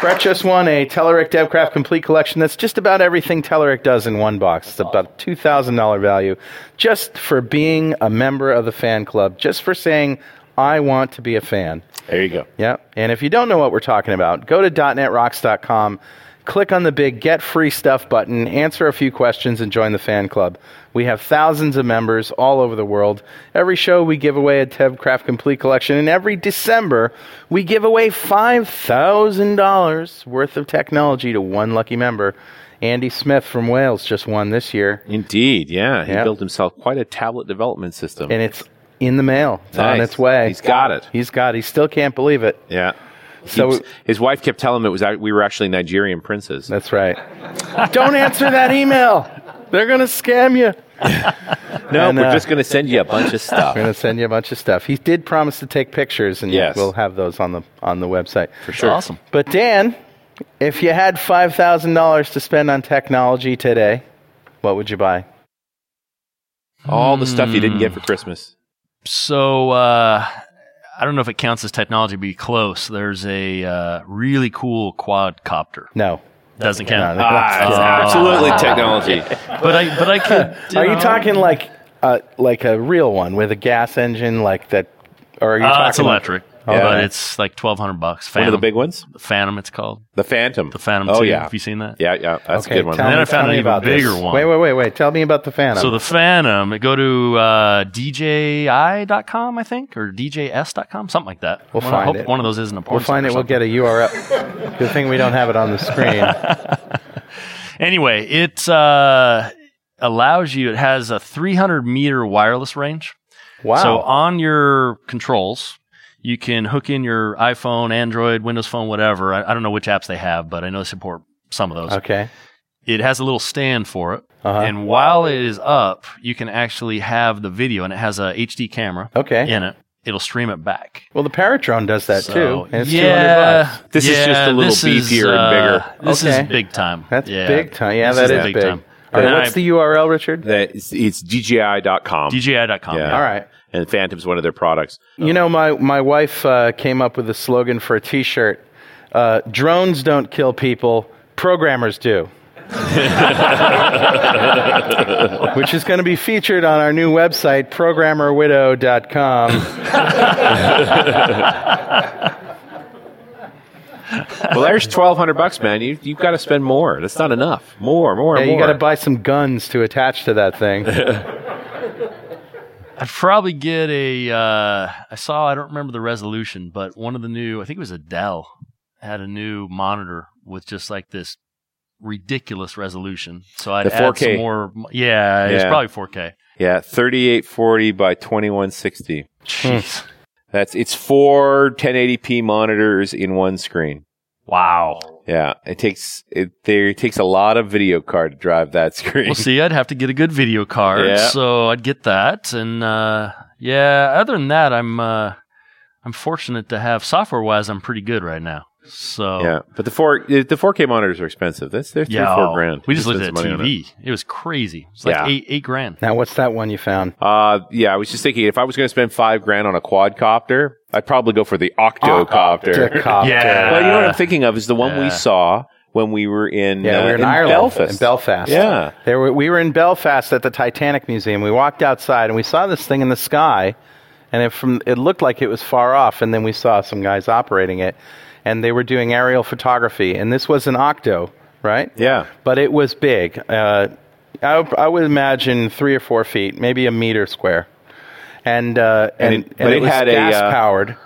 [SPEAKER 3] Brett just won a Telerik DevCraft Complete Collection. That's just about everything Telerik does in one box. It's about two thousand dollar value, just for being a member of the fan club, just for saying I want to be a fan.
[SPEAKER 4] There you go.
[SPEAKER 3] Yeah. And if you don't know what we're talking about, go to .netrocks.com, click on the big Get Free Stuff button, answer a few questions, and join the fan club. We have thousands of members all over the world. Every show we give away a Tev Craft Complete Collection, and every December we give away $5,000 worth of technology to one lucky member. Andy Smith from Wales just won this year,
[SPEAKER 4] Indeed, yeah. He
[SPEAKER 3] Yeah.
[SPEAKER 4] built himself quite a tablet development system.
[SPEAKER 3] and it's in the mail. It's on
[SPEAKER 4] Nice.
[SPEAKER 3] its way.
[SPEAKER 4] He's got it.
[SPEAKER 3] He's got it. He still can't believe it.
[SPEAKER 4] yeah.
[SPEAKER 3] So-
[SPEAKER 4] So his wife kept telling him it was act- we were actually Nigerian princes.
[SPEAKER 3] That's right. Don't answer that email. They're going to scam you.
[SPEAKER 4] no,
[SPEAKER 3] and,
[SPEAKER 4] we're
[SPEAKER 3] uh, Hmm.
[SPEAKER 4] just going to send you a bunch of stuff.
[SPEAKER 3] They're going to send you a bunch of stuff. He did promise to take pictures, and
[SPEAKER 4] Yes.
[SPEAKER 3] we'll have those on the on the website.
[SPEAKER 4] For sure.
[SPEAKER 5] Awesome.
[SPEAKER 3] But Dan, if you had five thousand dollars to spend on technology today, what would you buy?
[SPEAKER 4] All the stuff you didn't get for Christmas.
[SPEAKER 5] So uh, I don't know if it counts as technology, but close. There's a uh, really cool quadcopter.
[SPEAKER 3] No.
[SPEAKER 5] Doesn't count.
[SPEAKER 3] No, Ah,
[SPEAKER 5] it's
[SPEAKER 4] absolutely technology.
[SPEAKER 5] But I, but I could.
[SPEAKER 3] Are you
[SPEAKER 5] know-
[SPEAKER 3] talking like uh, like a real one with a gas engine, like that? Or are you
[SPEAKER 5] Uh,
[SPEAKER 3] talking
[SPEAKER 5] it's electric,
[SPEAKER 3] Yeah.
[SPEAKER 5] but it's like twelve hundred bucks.
[SPEAKER 4] One
[SPEAKER 5] Phantom,
[SPEAKER 4] of the big ones,
[SPEAKER 5] Phantom, it's called
[SPEAKER 4] the Phantom.
[SPEAKER 5] the Phantom.
[SPEAKER 4] Oh
[SPEAKER 5] 2.
[SPEAKER 4] yeah,
[SPEAKER 5] have you seen that?
[SPEAKER 4] yeah, yeah. That's
[SPEAKER 3] Okay,
[SPEAKER 4] a good one.
[SPEAKER 3] tell
[SPEAKER 5] Then
[SPEAKER 3] me-
[SPEAKER 5] I found
[SPEAKER 3] tell
[SPEAKER 5] an
[SPEAKER 3] me
[SPEAKER 5] even
[SPEAKER 3] about this.
[SPEAKER 5] bigger one.
[SPEAKER 3] Wait, wait, wait, wait. Tell me about the Phantom.
[SPEAKER 5] So the Phantom, go to uh, DJI.com, I think, or DJS.com, something like that.
[SPEAKER 3] We'll
[SPEAKER 5] One- I
[SPEAKER 3] find
[SPEAKER 5] hope
[SPEAKER 3] it.
[SPEAKER 5] one of those isn't a porn
[SPEAKER 3] We'll find
[SPEAKER 5] site or
[SPEAKER 3] it. We'll
[SPEAKER 5] something.
[SPEAKER 3] get a URL. Good thing we don't have it on the screen.
[SPEAKER 5] Anyway, it uh, allows you, it has a 300 meter wireless range.
[SPEAKER 3] Wow.
[SPEAKER 5] So on your controls, you can hook in your iPhone, Android, Windows Phone, whatever. I, I don't know which apps they have, but I know they support some of those.
[SPEAKER 3] okay.
[SPEAKER 5] It has a little stand for it.
[SPEAKER 3] Uh-huh.
[SPEAKER 5] And while it is up, you can actually have the video, and it has a HD camera
[SPEAKER 3] Okay.
[SPEAKER 5] in it. It'll stream it back.
[SPEAKER 3] Well, the Paratron does that
[SPEAKER 5] So,
[SPEAKER 3] too. And it's 200
[SPEAKER 5] yeah,
[SPEAKER 3] bucks.
[SPEAKER 4] This is just
[SPEAKER 5] yeah,
[SPEAKER 4] a little
[SPEAKER 5] this is,
[SPEAKER 4] beefier and bigger.
[SPEAKER 5] uh, This
[SPEAKER 3] Okay.
[SPEAKER 5] is big time.
[SPEAKER 3] That's
[SPEAKER 5] Yeah.
[SPEAKER 3] big time. Yeah,
[SPEAKER 5] This
[SPEAKER 3] that
[SPEAKER 5] is
[SPEAKER 3] is big.
[SPEAKER 5] big time.
[SPEAKER 3] All right,
[SPEAKER 5] And
[SPEAKER 3] what's
[SPEAKER 5] I-
[SPEAKER 3] the URL, Richard?
[SPEAKER 4] That it's, it's DJI.com.
[SPEAKER 5] DJI.com.
[SPEAKER 4] Yeah.
[SPEAKER 5] Yeah.
[SPEAKER 3] All right.
[SPEAKER 4] and Phantom's one of their products.
[SPEAKER 3] You know, my, my wife uh, came up with a slogan for a t shirt uh, Drones don't kill people, programmers do. Which is going to be featured on our new website, programmerwidow.com.
[SPEAKER 4] Well, there's twelve hundred bucks, man. You you've got to spend more. That's not enough. More, more,
[SPEAKER 3] Yeah,
[SPEAKER 4] more.
[SPEAKER 3] you got to buy some guns to attach to that thing.
[SPEAKER 5] I'd probably get a. Uh, I saw. I don't remember the resolution, but one of the new. I think it was a Dell had a new monitor with just like this ridiculous resolution. So I'd
[SPEAKER 4] The
[SPEAKER 5] add
[SPEAKER 4] 4K.
[SPEAKER 5] some more. Yeah, it's
[SPEAKER 4] Yeah.
[SPEAKER 5] probably 4K.
[SPEAKER 4] yeah, thirty-eight forty by twenty-one sixty.
[SPEAKER 5] Jeez.
[SPEAKER 4] That's it's four 1080p monitors in one screen.
[SPEAKER 5] Wow.
[SPEAKER 4] Yeah, it takes it there it takes a lot of video card to drive that screen.
[SPEAKER 5] Well, see, I'd have to get a good video card,
[SPEAKER 4] Yeah.
[SPEAKER 5] so I'd get that, and uh, yeah. Other than that, I'm uh, I'm fortunate to have software wise, I'm pretty good right now. So
[SPEAKER 4] Yeah, but the four the four K monitors are expensive. That's they're three or four grand.
[SPEAKER 5] We just looked at a
[SPEAKER 4] spend some money on it.
[SPEAKER 5] TV. It. was crazy. It's like
[SPEAKER 4] Yeah.
[SPEAKER 5] eight eight grand.
[SPEAKER 3] now, what's that one you found?
[SPEAKER 4] Uh, yeah, I was just thinking if I was going to spend five grand on a quadcopter, I'd probably go for the octocopter.
[SPEAKER 3] Decopter.
[SPEAKER 5] Yeah.
[SPEAKER 4] well, you know
[SPEAKER 5] Uh,
[SPEAKER 4] what I'm thinking of is the one we
[SPEAKER 5] Yeah.
[SPEAKER 4] saw when we were in
[SPEAKER 3] Yeah,
[SPEAKER 4] uh,
[SPEAKER 3] we were in, Ireland.
[SPEAKER 4] Belfast.
[SPEAKER 3] In Belfast.
[SPEAKER 4] Yeah.
[SPEAKER 3] There were, we were in Belfast at the Titanic Museum. We walked outside and we saw this thing in the sky, and it, from, it looked like it was far off, and then we saw some guys operating it, and they were doing aerial photography. And this was an octo, right?
[SPEAKER 4] Yeah.
[SPEAKER 3] But it was big. Uh, I, would- I would imagine three or four feet, maybe a meter square. And, uh,
[SPEAKER 4] And
[SPEAKER 3] and,
[SPEAKER 4] it- but
[SPEAKER 3] and
[SPEAKER 4] it
[SPEAKER 3] was
[SPEAKER 4] had a, uh,
[SPEAKER 3] gas powered.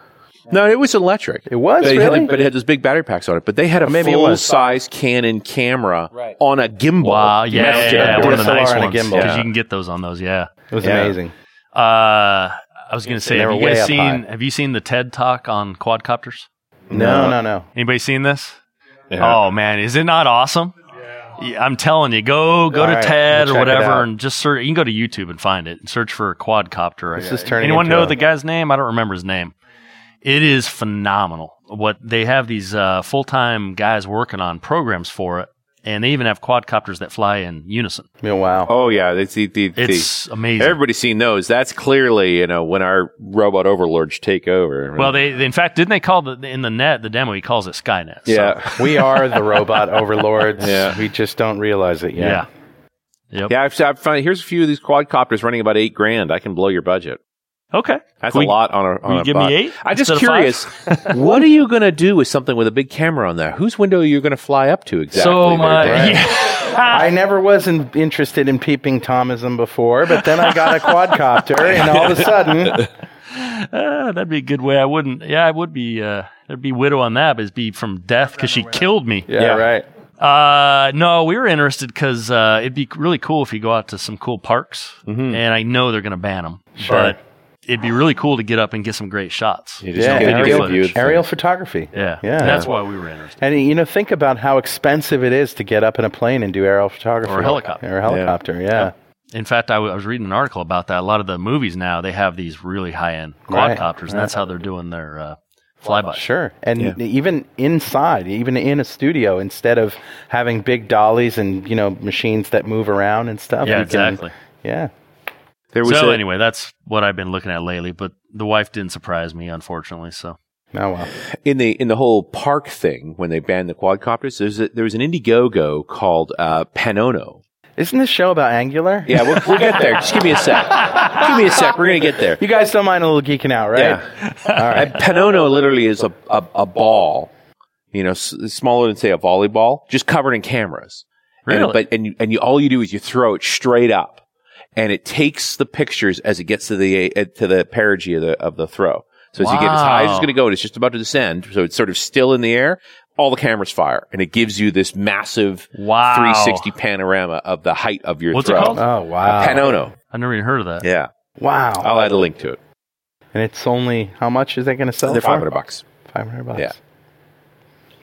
[SPEAKER 4] No, it was electric.
[SPEAKER 3] It was,
[SPEAKER 4] but It
[SPEAKER 3] really?
[SPEAKER 4] had, but it had those big battery packs on it. But they had a
[SPEAKER 3] Maybe it was.
[SPEAKER 4] full size Canon camera
[SPEAKER 2] Right.
[SPEAKER 4] on a gimbal.
[SPEAKER 5] Wow, yeah, yeah,
[SPEAKER 4] Messed
[SPEAKER 5] yeah,
[SPEAKER 4] up.
[SPEAKER 5] one of the
[SPEAKER 3] DSLR
[SPEAKER 5] nice
[SPEAKER 3] and a
[SPEAKER 5] ones because
[SPEAKER 3] gimbal.
[SPEAKER 4] Yeah.
[SPEAKER 5] you can get those on those. Yeah.
[SPEAKER 3] It was
[SPEAKER 4] Yeah.
[SPEAKER 3] amazing.
[SPEAKER 5] Uh, I was going to say,
[SPEAKER 3] they
[SPEAKER 5] have
[SPEAKER 3] were
[SPEAKER 5] you
[SPEAKER 3] way
[SPEAKER 5] guys
[SPEAKER 3] up
[SPEAKER 5] seen?
[SPEAKER 3] high.
[SPEAKER 5] Have you seen the TED Talk on quadcopters?
[SPEAKER 3] No, no, no.
[SPEAKER 5] Anybody seen this?
[SPEAKER 4] Yeah.
[SPEAKER 5] Oh man, is it not awesome? Yeah, I'm telling you, go go
[SPEAKER 3] All
[SPEAKER 5] to
[SPEAKER 3] right,
[SPEAKER 5] TED
[SPEAKER 3] we'll
[SPEAKER 5] or
[SPEAKER 3] check it out.
[SPEAKER 5] whatever, and just search. You can go to YouTube and find it and search for quadcopter.
[SPEAKER 3] This is turning
[SPEAKER 5] Anyone
[SPEAKER 3] into
[SPEAKER 5] know
[SPEAKER 3] a-
[SPEAKER 5] the guy's name? I don't remember his name. It is phenomenal. What they have these uh, full time guys working on programs for it, and they even have quadcopters that fly in unison.
[SPEAKER 3] Yeah, wow.
[SPEAKER 4] Oh yeah, it's the, the, the-
[SPEAKER 5] It's amazing.
[SPEAKER 4] everybody's seen those. That's clearly you know when our robot overlords take over.
[SPEAKER 5] well, they, they in fact didn't they call the in the net the demo? He calls it Skynet. so-
[SPEAKER 4] yeah.
[SPEAKER 3] We are the robot overlords.
[SPEAKER 4] Yeah.
[SPEAKER 3] We just don't realize it yet.
[SPEAKER 5] yeah, yep.
[SPEAKER 4] Yeah, I've, I've found here's a few of these quadcopters running about eight grand. I can blow your budget.
[SPEAKER 5] Okay,
[SPEAKER 4] That's
[SPEAKER 5] Can
[SPEAKER 4] a
[SPEAKER 5] we-
[SPEAKER 4] lot on a. On
[SPEAKER 5] will you
[SPEAKER 4] a
[SPEAKER 5] give
[SPEAKER 4] bot.
[SPEAKER 5] me eight
[SPEAKER 4] I'm just
[SPEAKER 5] instead of
[SPEAKER 4] curious. what are you going to do with something with a big camera on there? Whose window are you going to fly up to exactly?
[SPEAKER 5] So uh,
[SPEAKER 4] there,
[SPEAKER 5] my
[SPEAKER 4] Brad?
[SPEAKER 3] I never was in, interested in peeping Tomism before, but then I got a quadcopter, and all of a sudden,
[SPEAKER 5] Uh, that'd be a good way. I wouldn't. Yeah, I would be. Uh, there'd be widow on that, but it'd be from death because she killed me.
[SPEAKER 3] yeah, right.
[SPEAKER 5] Uh, no, we were interested because uh, it'd be really cool if you go out to some cool parks,
[SPEAKER 3] Mm-hmm.
[SPEAKER 5] and I know they're gonna ban them, but it'd be really cool to get up and get some great shots.
[SPEAKER 4] You just
[SPEAKER 3] Yeah,
[SPEAKER 4] don't get
[SPEAKER 5] video
[SPEAKER 4] to view
[SPEAKER 3] aerial,
[SPEAKER 4] the
[SPEAKER 3] aerial photography.
[SPEAKER 5] Yeah,
[SPEAKER 3] Yeah.
[SPEAKER 5] That's why we were interested.
[SPEAKER 3] And you know, think about how expensive it is to get up in a plane and do aerial photography
[SPEAKER 5] Or a helicopter.
[SPEAKER 3] Or a helicopter, yeah.
[SPEAKER 5] In fact, I, w- I was reading an article about that. A lot of the movies now they have these really high end
[SPEAKER 3] Right.
[SPEAKER 5] quadcopters, and that's how they're doing their uh, flyby.
[SPEAKER 3] Sure. And
[SPEAKER 4] Yeah.
[SPEAKER 3] even inside, even in a studio, instead of having big dollies and you know machines that move around and stuff.
[SPEAKER 5] Yeah,
[SPEAKER 3] you can-
[SPEAKER 5] exactly.
[SPEAKER 3] yeah.
[SPEAKER 4] There was
[SPEAKER 5] So
[SPEAKER 4] a-
[SPEAKER 5] anyway, that's what I've been looking at lately. But the wife didn't surprise me, unfortunately. So
[SPEAKER 3] Oh well.
[SPEAKER 4] in the in the whole park thing when they banned the quadcopters. There's a, there was an Indiegogo called uh, Panono.
[SPEAKER 3] Isn't this show about Angular?
[SPEAKER 4] Yeah, we'll, we'll get there. Just give me a sec. Give me a sec. We're gonna get there.
[SPEAKER 3] You guys don't mind a little geeking out, right?
[SPEAKER 4] Yeah. And Panono literally is a, a, a ball, you know, s- smaller than say a volleyball, just covered in cameras. And-
[SPEAKER 5] Really?
[SPEAKER 4] but and you, and you all you do is you throw it straight up, and it takes the pictures as it gets to the uh, to the perigee of the of the throw. So as you get as high as it's
[SPEAKER 5] Wow.
[SPEAKER 4] going to go, and it's just about to descend. So it's sort of still in the air. All the cameras fire, and it gives you this massive
[SPEAKER 5] Wow.
[SPEAKER 4] 360 panorama of the height of your
[SPEAKER 5] What's it
[SPEAKER 4] throw.
[SPEAKER 5] called?
[SPEAKER 3] Oh wow!
[SPEAKER 4] Panono.
[SPEAKER 5] I've never even heard of that.
[SPEAKER 4] Yeah.
[SPEAKER 3] Wow.
[SPEAKER 4] I'll add a link to it.
[SPEAKER 3] and it's only how much is that going to sell?
[SPEAKER 4] They're
[SPEAKER 3] for?
[SPEAKER 4] 500 bucks.
[SPEAKER 3] 500 bucks.
[SPEAKER 4] Yeah.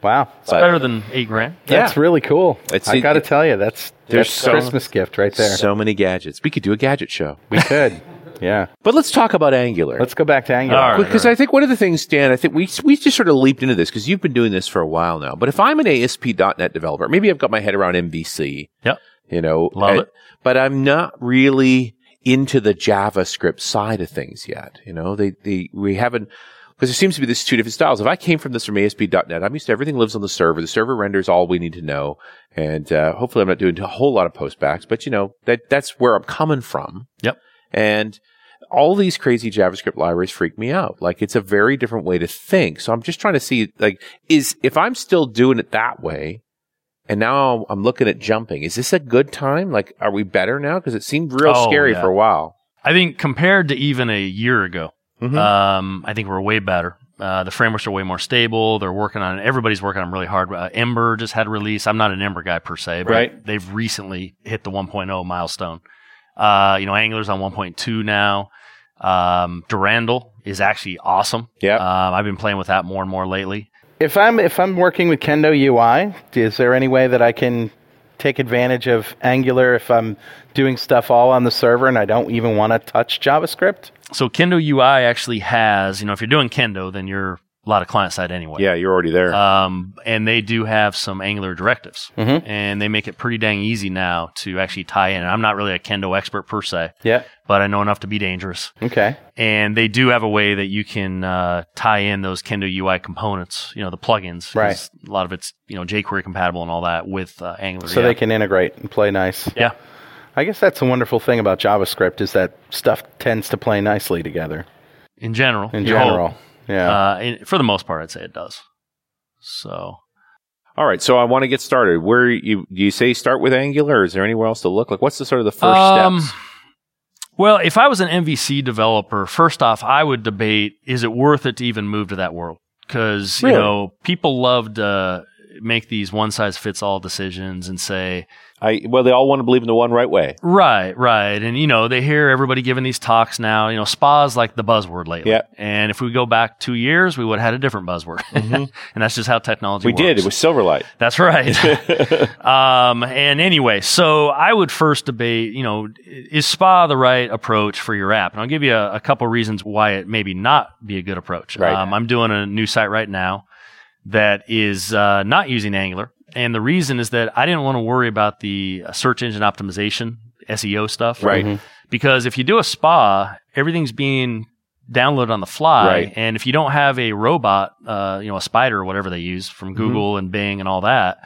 [SPEAKER 3] Wow.
[SPEAKER 4] But
[SPEAKER 5] Better than eight grand.
[SPEAKER 3] That's really cool.
[SPEAKER 4] It's-
[SPEAKER 3] I got to tell you, that's
[SPEAKER 4] There's
[SPEAKER 3] there's
[SPEAKER 4] so-
[SPEAKER 3] Christmas gift right there.
[SPEAKER 4] so many gadgets. We could do a gadget show.
[SPEAKER 3] we could. Yeah.
[SPEAKER 4] But let's talk about Angular.
[SPEAKER 3] Let's go back to Angular.
[SPEAKER 5] All right.
[SPEAKER 4] because I think one of the things, Dan, I think we we just sort of leaped into this because you've been doing this for a while now. But if I'm an ASP.NET developer, maybe I've got my head around MVC.
[SPEAKER 5] Yep.
[SPEAKER 4] You know,
[SPEAKER 5] Love
[SPEAKER 4] I-
[SPEAKER 5] it.
[SPEAKER 4] But I'm not really into the JavaScript side of things yet. You know, they they we haven't. Because there seems to be this two different styles. If I came from this from ASP.NET, I'm used to everything lives on the server. The server renders all we need to know, and uh, hopefully, I'm not doing a whole lot of postbacks. But you know, that that's where I'm coming from.
[SPEAKER 5] Yep.
[SPEAKER 4] And all these crazy JavaScript libraries freak me out. Like it's a very different way to think. So I'm just trying to see, like, is if I'm still doing it that way, and now I'm looking at jumping. Is this a good time? Like, are we better now? Because it seemed real
[SPEAKER 5] Oh,
[SPEAKER 4] scary
[SPEAKER 5] yeah.
[SPEAKER 4] for a while.
[SPEAKER 5] I think compared to even a year ago,
[SPEAKER 4] Mhm.
[SPEAKER 5] um, I think we're way better. Uh, the frameworks are way more stable. They're working on everybody's working on really hard. Uh, Ember just had a release. I'm not an Ember guy per se, but
[SPEAKER 4] Right.
[SPEAKER 5] they've recently hit the 1.0 milestone. Uh, you know, Angular's on 1.2 now. Um, Durandal is actually awesome.
[SPEAKER 4] Yep.
[SPEAKER 5] Um, I've been playing with that more and more lately.
[SPEAKER 3] If I'm if I'm working with Kendo UI, is there any way that I can take advantage of Angular if I'm doing stuff all on the server and I don't even want to touch JavaScript?
[SPEAKER 5] So Kendo UI actually has, you know, if you're doing Kendo, then you're a lot of client side anyway.
[SPEAKER 4] Yeah, you're already there.
[SPEAKER 5] Um, and they do have some Angular directives,
[SPEAKER 3] Mhm.
[SPEAKER 5] and they make it pretty dang easy now to actually tie in. And I'm not really a Kendo expert per se,
[SPEAKER 3] Yeah.
[SPEAKER 5] but I know enough to be dangerous.
[SPEAKER 3] Okay.
[SPEAKER 5] And they do have a way that you can uh, tie in those Kendo UI components, you know, the plugins. 'cause
[SPEAKER 3] Right.
[SPEAKER 5] A lot of it's you know jQuery compatible and all that with uh, Angular.
[SPEAKER 3] So
[SPEAKER 5] yeah.
[SPEAKER 3] they can integrate and play nice.
[SPEAKER 5] yeah.
[SPEAKER 3] I guess that's a wonderful thing about JavaScript is that stuff tends to play nicely together
[SPEAKER 5] In general.
[SPEAKER 3] in
[SPEAKER 5] you hope.
[SPEAKER 3] general. Yeah.
[SPEAKER 5] Uh, and for the most part, I'd say it does. So
[SPEAKER 4] all right, so I want to get started. Where you do you say start with Angular? Or is there anywhere else to look? Like, what's the sort of the first
[SPEAKER 5] Um,
[SPEAKER 4] steps?
[SPEAKER 5] Well, if I was an MVC developer, first off, I would debate is it worth it to even move to that world? Because, you
[SPEAKER 4] Really?
[SPEAKER 5] know, people love to make these one size fits all decisions and say,
[SPEAKER 4] I well, they all want to believe in the one right way.
[SPEAKER 5] right, right. And, you know, they hear everybody giving these talks now. You know, spa's like the buzzword lately.
[SPEAKER 4] Yeah.
[SPEAKER 5] And if we go back two years, we would have had a different buzzword. and that's just how technology
[SPEAKER 4] Mm-hmm. We
[SPEAKER 5] works.
[SPEAKER 4] did. It was Silverlight.
[SPEAKER 5] That's right. um, and anyway, so I would first debate, you know, is SPA the right approach for your app? And I'll give you a, a couple reasons why it maybe not be a good approach.
[SPEAKER 4] Right.
[SPEAKER 5] Um, I'm doing a new site right now that is uh, not using Angular. And the reason is that I didn't want to worry about the uh, search engine optimization, SEO stuff.
[SPEAKER 4] Right.
[SPEAKER 5] Because if you do a SPA, everything's being downloaded on the fly.
[SPEAKER 4] Right.
[SPEAKER 5] And if you don't have a robot, uh, you know, a spider or whatever they use from Google and Bing and all that,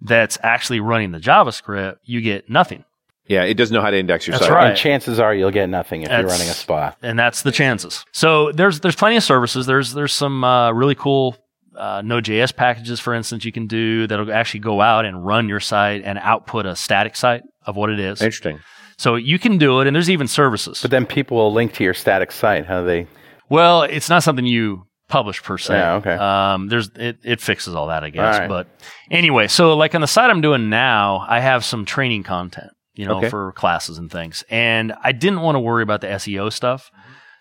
[SPEAKER 5] that's actually running the JavaScript, you get nothing.
[SPEAKER 4] Yeah, it doesn't know how to index your
[SPEAKER 5] That's
[SPEAKER 4] site.
[SPEAKER 5] right.
[SPEAKER 3] And chances are you'll get nothing if you're
[SPEAKER 5] That's-
[SPEAKER 3] running a spa.
[SPEAKER 5] and that's the chances. So there's there's plenty of services. There's there's some uh, really cool uh, Node.js packages, for instance, you can do that'll actually go out and run your site and output a static site of what it is.
[SPEAKER 4] Interesting.
[SPEAKER 5] So you can do it, and there's even services.
[SPEAKER 3] But then people will link to your static site. How they?
[SPEAKER 5] Well, it's not something you publish per se.
[SPEAKER 3] Yeah, okay.
[SPEAKER 5] Um, there's it, it fixes all that, I guess.
[SPEAKER 3] All right.
[SPEAKER 5] But anyway, so like on the side I'm doing now, I have some training content, you know,
[SPEAKER 4] Okay.
[SPEAKER 5] for classes and things. And I didn't want to worry about the SEO stuff.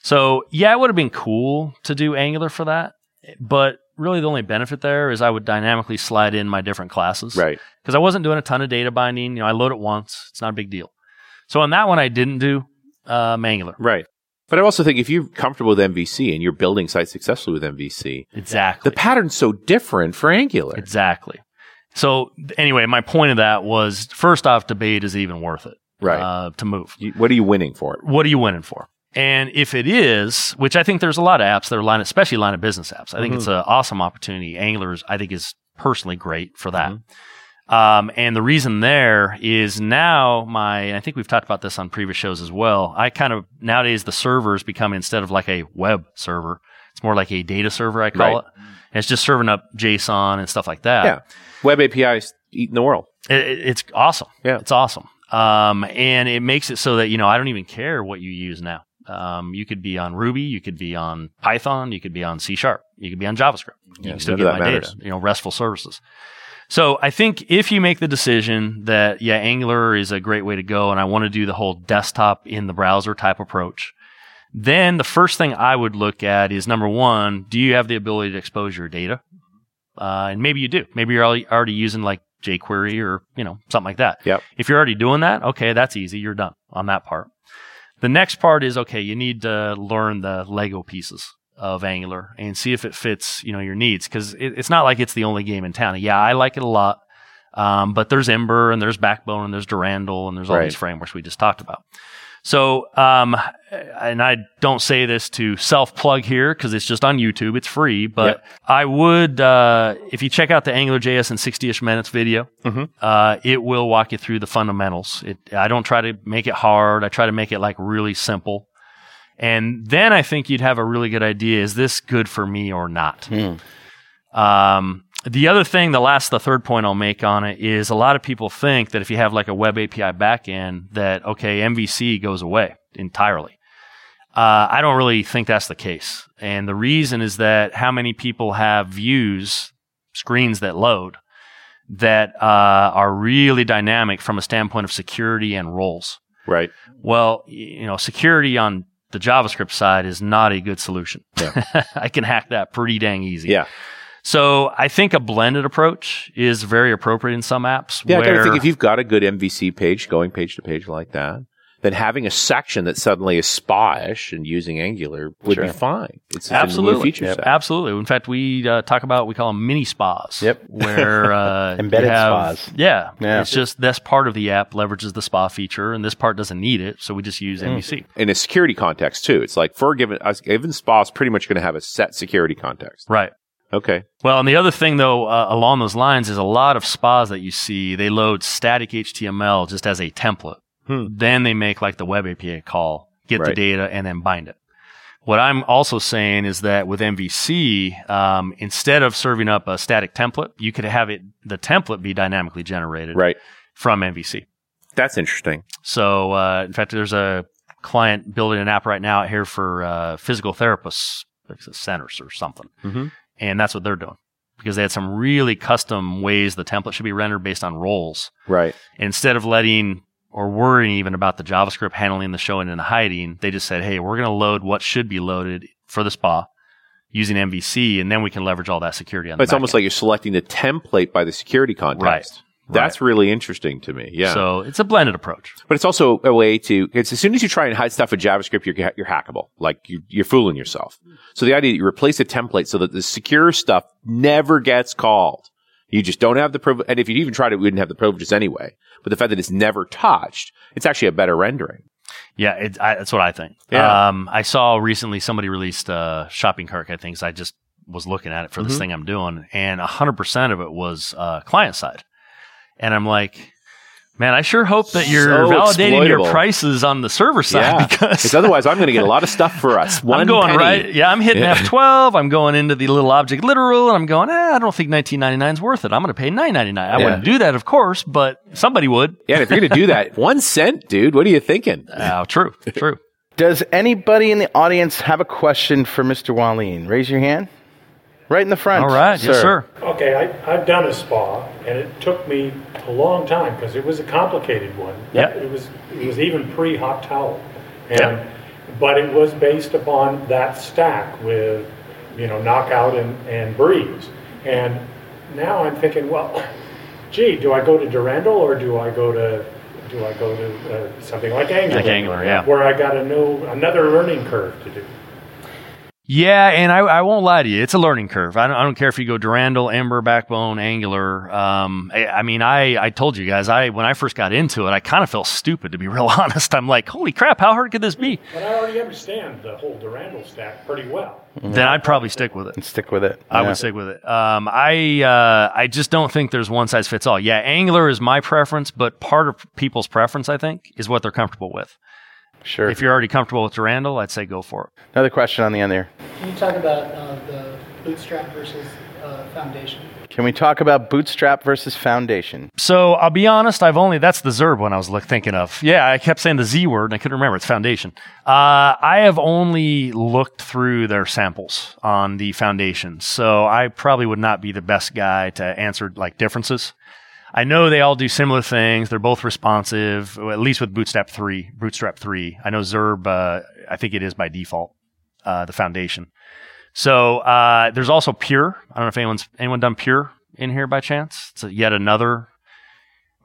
[SPEAKER 5] So yeah, it would have been cool to do Angular for that, but really the only benefit there is I would dynamically slide in my different classes
[SPEAKER 4] Right.
[SPEAKER 5] because I wasn't doing a ton of data binding. You know, I load it once; it's not a big deal. So on that one, I didn't do um, Angular.
[SPEAKER 4] Right. But I also think if you're comfortable with MVC and you're building sites successfully with MVC,
[SPEAKER 5] Exactly.
[SPEAKER 4] the pattern's so different for Angular.
[SPEAKER 5] Exactly. So anyway, my point of that was first off, debate is it even worth it
[SPEAKER 4] Right.
[SPEAKER 5] uh, to move.
[SPEAKER 4] You- what are you winning for it?
[SPEAKER 5] What are you winning for? And if it is, which I think there's a lot of apps that are line, especially line of business apps. I think it's
[SPEAKER 4] Mm-hmm.
[SPEAKER 5] an awesome opportunity. Angular is, I think, is personally great for that.
[SPEAKER 4] Mm-hmm.
[SPEAKER 5] Um, and the reason there is now my, I think we've talked about this on previous shows as well. I kind of nowadays the servers become instead of like a web server, it's more like a data server. I call
[SPEAKER 4] Right.
[SPEAKER 5] it. And it's just serving up JSON and stuff like that
[SPEAKER 4] yeah. Web APIs eating the world.
[SPEAKER 5] it, it- it's awesome.
[SPEAKER 4] Yeah.
[SPEAKER 5] It's awesome. Um, and it makes it so that, you know, I don't even care what you use now. Um, you could be on Ruby, you could be on Python, you could be on C sharp, you could be on JavaScript. You
[SPEAKER 4] Yeah,
[SPEAKER 5] can still
[SPEAKER 4] none of
[SPEAKER 5] get
[SPEAKER 4] that
[SPEAKER 5] my
[SPEAKER 4] matters.
[SPEAKER 5] data, you know, RESTful services. So I think if you make the decision that, yeah, Angular is a great way to go and I want to do the whole desktop in the browser type approach, Then the first thing I would look at is number one, do you have the ability to expose your data? Uh, and maybe you do. Maybe you're already already using like jQuery or you know something like that.
[SPEAKER 4] Yep.
[SPEAKER 5] If you're already doing that, okay, that's easy. You're done on that part. The next part is okay. You need to learn the Lego pieces of Angular and see if it fits you know your needs because it, it's not like it's the only game in town. Yeah, I like it a lot, um, but there's Ember and there's Backbone and there's Durandal and there's all
[SPEAKER 4] Right.
[SPEAKER 5] these frameworks we just talked about. So, um, and I don't say this to self plug here because it's just on YouTube. It's free, but I would, uh, if you check out the AngularJS in 60 ish minutes video,
[SPEAKER 4] Mhm.
[SPEAKER 5] uh, it will walk you through the fundamentals. It, I don't try to make it hard. I try to make it like really simple. And then I think you'd have a really good idea. Is this good for me or not? Um, the other thing, the last, the third point I'll make on it is a lot of people think that if you have like a web API backend, that okay, MVC goes away entirely. Uh, I don't really think that's the case, and the reason is that how many people have views, screens that load, that uh, are really dynamic from a standpoint of security and roles.
[SPEAKER 4] Right.
[SPEAKER 5] Well, y- you know, security on the JavaScript side is not a good solution. I can hack that pretty dang easy.
[SPEAKER 4] Yeah.
[SPEAKER 5] So I think a blended approach is very appropriate in some apps.
[SPEAKER 4] Yeah, I gotta
[SPEAKER 5] where-
[SPEAKER 4] think if you've got a good MVC page going page to page like that, then having a section that suddenly is Spyish and using Angular would be
[SPEAKER 3] Sure.
[SPEAKER 4] fine. It's, it's a
[SPEAKER 5] absolutely
[SPEAKER 4] new feature set.
[SPEAKER 5] absolutely. In fact, we uh, talk about we call them mini spas.
[SPEAKER 3] Yep.
[SPEAKER 5] where uh, you
[SPEAKER 3] Embedded
[SPEAKER 5] have-
[SPEAKER 3] spas.
[SPEAKER 5] Yeah,
[SPEAKER 3] Yeah.
[SPEAKER 5] It's just this part of the app leverages the spa feature, and this part doesn't need it, so we just use
[SPEAKER 4] Mm.
[SPEAKER 5] E MVC.
[SPEAKER 4] In a security context too, it's like for a given a given spa is pretty much going to have a set security context.
[SPEAKER 5] Right.
[SPEAKER 4] Okay.
[SPEAKER 5] Well, and the other thing though, uh, along those lines, is a lot of spas that you see they load static HTML just as a template.
[SPEAKER 4] Hmm.
[SPEAKER 5] Then they make like the web API call, get the
[SPEAKER 4] Right.
[SPEAKER 5] data, and then bind it. What I'm also saying is that with MVC, um, instead of serving up a static template, you could have it the template be dynamically generated
[SPEAKER 4] Right.
[SPEAKER 5] from MVC.
[SPEAKER 4] That's interesting.
[SPEAKER 5] So, uh, in fact, there's a client building an app right now out here for uh, physical therapists like the centers or something,
[SPEAKER 4] Mhm.
[SPEAKER 5] and that's what they're doing because they had some really custom ways the template should be rendered based on roles.
[SPEAKER 4] Right.
[SPEAKER 5] And instead of letting or worrying even about the JavaScript handling the showing and the hiding, they just said, "Hey, we're going to load what should be loaded for the spa." Using MVC, and then we can leverage all that security on
[SPEAKER 4] But it's
[SPEAKER 5] the
[SPEAKER 4] almost like you're selecting the template by the security context.
[SPEAKER 5] Right.
[SPEAKER 4] That's really interesting to me. Yeah.
[SPEAKER 5] so it's a blended approach.
[SPEAKER 4] But it's also a way to. It's as soon as you try and hide stuff with JavaScript, you're you're hackable. Like you, you're fooling yourself. So the idea that you replace a template so that the secure stuff never gets called. You just don't have the privilege, and if you even tried it, we wouldn't have the privileges anyway. But the fact that it's never touched, it's actually a better rendering.
[SPEAKER 5] Yeah, it, I, that's what I think.
[SPEAKER 4] Yeah.
[SPEAKER 5] Um, I saw recently somebody released a shopping cart kind of things. I just was looking at it for this
[SPEAKER 4] Mhm.
[SPEAKER 5] thing I'm doing, and 100% of it was uh, client side. And I'm like, man, I sure hope that you're
[SPEAKER 4] So
[SPEAKER 5] validating your
[SPEAKER 4] exploitable.
[SPEAKER 5] prices on the server side
[SPEAKER 4] Yeah.
[SPEAKER 5] because
[SPEAKER 4] Because otherwise, I'm going to get a lot of stuff for us. One
[SPEAKER 5] I'm going
[SPEAKER 4] penny.
[SPEAKER 5] right. Yeah, I'm hitting
[SPEAKER 4] Yeah.
[SPEAKER 5] F12. I'm going into the little object literal, and I'm going. Eh, I don't think 19.99 is worth it. I'm going to pay 9.99. I
[SPEAKER 4] Yeah.
[SPEAKER 5] wouldn't do that, of course, but somebody would.
[SPEAKER 4] Yeah, and if you're going to do that, one cent, dude. What are you thinking?
[SPEAKER 5] Uh, true, true.
[SPEAKER 3] Does anybody in the audience have a question for Mr. Waleen? Raise your hand. Right in the front.
[SPEAKER 5] All right, yes, sir.
[SPEAKER 6] Okay, I, I've done a spa, and it took me a long time because it was a complicated one.
[SPEAKER 5] Yep.
[SPEAKER 6] It was it was even pre hot towel, and
[SPEAKER 5] Yep.
[SPEAKER 6] but it was based upon that stack with you know knockout and and breeze. And now I'm thinking, well, gee, do I go to Durandal or do I go to do I go to uh, something like Angular?
[SPEAKER 5] Like Angular, yeah.
[SPEAKER 6] Where I got a new another learning curve to do.
[SPEAKER 5] Yeah, and I, I won't lie to you. It's a learning curve. I don't, I don't care if you go Durandal, Ember, Backbone, Angular. Um, I, I mean, I, I told you guys, I when I first got into it, I kind of felt stupid to be real honest. I'm like, holy crap, how hard could this be?
[SPEAKER 6] But I already understand the whole Durandal stack pretty well.
[SPEAKER 5] Then I'd probably stick with it.
[SPEAKER 3] And stick with it.
[SPEAKER 5] I
[SPEAKER 3] Yeah.
[SPEAKER 5] would stick with it. Um, I uh, I just don't think there's one size fits all. Yeah, Angular is my preference, but part of people's preference, I think, is what they're comfortable with.
[SPEAKER 3] Sure.
[SPEAKER 5] If you're already comfortable with Durandal, I'd say go for it.
[SPEAKER 3] Another question on the end there.
[SPEAKER 7] Can you talk about uh, the bootstrap versus uh, foundation?
[SPEAKER 3] Can we talk about bootstrap versus foundation?
[SPEAKER 5] So I'll be honest, I've only that's the Zerb one I was look, thinking of. Yeah, I kept saying the Z word and I couldn't remember. It's foundation. Uh, I have only looked through their samples on the foundation, so I probably would not be the best guy to answer like differences. I know they all do similar things. They're both responsive, at least with Bootstrap three. Bootstrap three. I know Zurb. Uh, I think it is by default uh, the foundation. So uh, there's also Pure. I don't know if anyone's anyone done Pure in here by chance. It's a, yet another.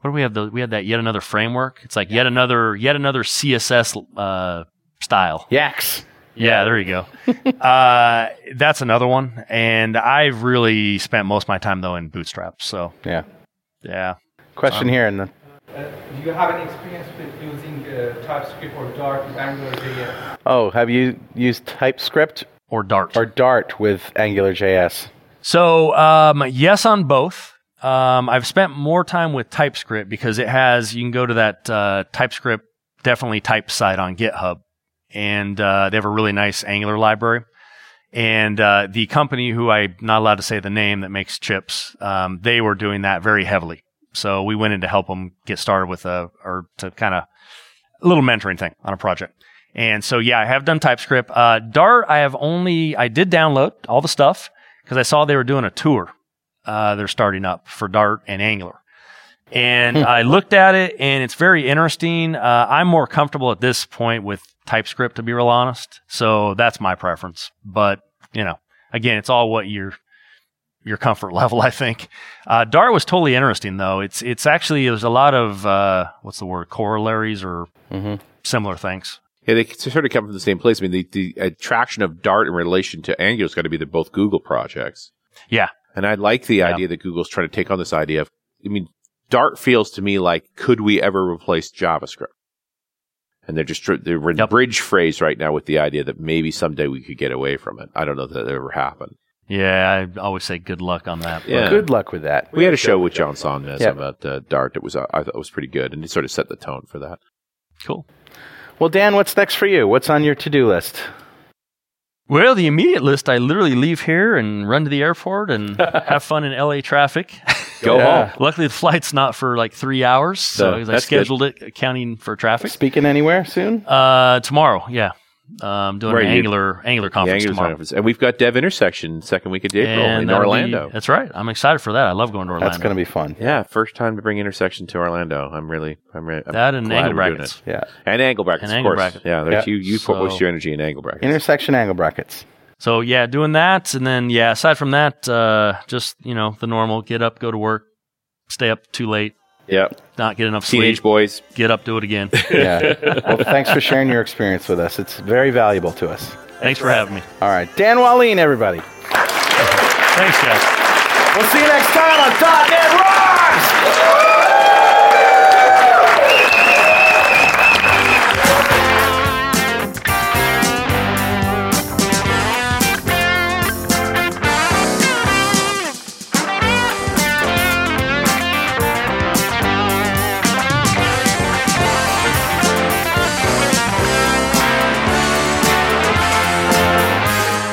[SPEAKER 5] What do we have? The we had that yet another framework. It's like yet another yet another CSS uh, style.
[SPEAKER 3] Yaks.
[SPEAKER 5] Yeah, there you go. uh, that's another one, and I've really spent most of my time though in Bootstrap. So
[SPEAKER 3] Yeah.
[SPEAKER 5] yeah,
[SPEAKER 3] Question
[SPEAKER 5] Um,
[SPEAKER 3] here and then.
[SPEAKER 8] Uh, do you have any experience with using uh, TypeScript or Dart with Angular JS?
[SPEAKER 3] Oh, have you used TypeScript
[SPEAKER 5] or Dart
[SPEAKER 3] or Dart with Angular JS?
[SPEAKER 5] So, um, yes, on both. Um, I've spent more time with TypeScript because it has, you can go to that uh, TypeScript definitely type site on GitHub, and uh, they have a really nice Angular library. And uh, the company who I'm not allowed to say the name that makes chips, um, they were doing that very heavily. So we went in to help them get started with a, or to kind of a little mentoring thing on a project. And so, yeah, I have done TypeScript. Uh, Dart, I have only, I did download all the stuff because I saw they were doing a tour. Uh, they're starting up for Dart and Angular. And I looked at it and it's very interesting. Uh, I'm more comfortable at this point with TypeScript, to be real honest. So that's my preference. But, you know, again, it's all what your Your comfort level, I think. Uh, Dart was totally interesting, though. It's it's actually there's a lot of uh, what's the word corollaries or similar things.
[SPEAKER 4] Yeah, they sort of come from the same place. I mean, the, the attraction of Dart in relation to Angular has got to be they're both Google projects.
[SPEAKER 5] Yeah,
[SPEAKER 4] And I like the idea that Google's trying to take on this idea of, I mean, Dart feels to me like, could we ever replace JavaScript? And they're just, they're in
[SPEAKER 5] Yep.
[SPEAKER 4] bridge phrase right now with the idea that maybe someday we could get away from it. I don't know that that ever happened.
[SPEAKER 5] yeah. I always say good luck on that. but-
[SPEAKER 4] Yeah.
[SPEAKER 3] Good luck with that.
[SPEAKER 4] We had a show with John Sonnes
[SPEAKER 3] Yeah.
[SPEAKER 4] about uh, Dart that was, uh, I thought was pretty good and it sort of set the tone for that.
[SPEAKER 5] cool.
[SPEAKER 3] Well, Dan, what's next for you? What's on your to-do list?
[SPEAKER 5] Well, the immediate list, I literally leave here and run to the airport and have fun in LA traffic.
[SPEAKER 4] Go
[SPEAKER 3] Yeah.
[SPEAKER 4] home.
[SPEAKER 5] Luckily, the flight's not for like three hours, so
[SPEAKER 4] No,
[SPEAKER 5] I
[SPEAKER 4] that's good.
[SPEAKER 5] scheduled it accounting for traffic.
[SPEAKER 3] Speaking anywhere soon?
[SPEAKER 5] Uh, tomorrow, yeah, um, doing
[SPEAKER 4] Right,
[SPEAKER 5] an
[SPEAKER 4] you-
[SPEAKER 5] Angular Angular
[SPEAKER 4] The
[SPEAKER 5] conference
[SPEAKER 4] Angular
[SPEAKER 5] tomorrow.
[SPEAKER 4] conference. And we've got Dev Intersection second week of April in
[SPEAKER 5] that'll be-
[SPEAKER 4] Orlando.
[SPEAKER 5] that's right. I'm excited for that. I love going to Orlando.
[SPEAKER 3] That's going to be fun.
[SPEAKER 4] yeah, first time to bring Intersection to Orlando. I'm really, I'm really, I'm
[SPEAKER 5] that and
[SPEAKER 4] glad
[SPEAKER 5] angle
[SPEAKER 4] we're doing
[SPEAKER 5] brackets.
[SPEAKER 4] it.
[SPEAKER 3] Yeah.
[SPEAKER 4] And angle brackets,
[SPEAKER 5] And
[SPEAKER 4] of
[SPEAKER 5] angle
[SPEAKER 4] course.
[SPEAKER 5] brackets.
[SPEAKER 4] Yeah, there's-
[SPEAKER 3] Yeah.
[SPEAKER 4] you you put most
[SPEAKER 5] So-
[SPEAKER 4] of your energy in angle brackets.
[SPEAKER 3] Intersection angle brackets.
[SPEAKER 5] So yeah, doing that, and then yeah, aside from that, uh, just you know the normal: get up, go to work, stay up too late,
[SPEAKER 4] yeah,
[SPEAKER 5] not get enough
[SPEAKER 4] teenage
[SPEAKER 5] sleep,
[SPEAKER 4] boys.
[SPEAKER 5] get up, do it again.
[SPEAKER 3] Yeah. well, thanks for sharing your experience with us. It's very valuable to us.
[SPEAKER 5] Thanks for having me.
[SPEAKER 3] All right. Dan Wallin, everybody.
[SPEAKER 5] Thanks, guys.
[SPEAKER 3] We'll see you next time on .NET Rocks!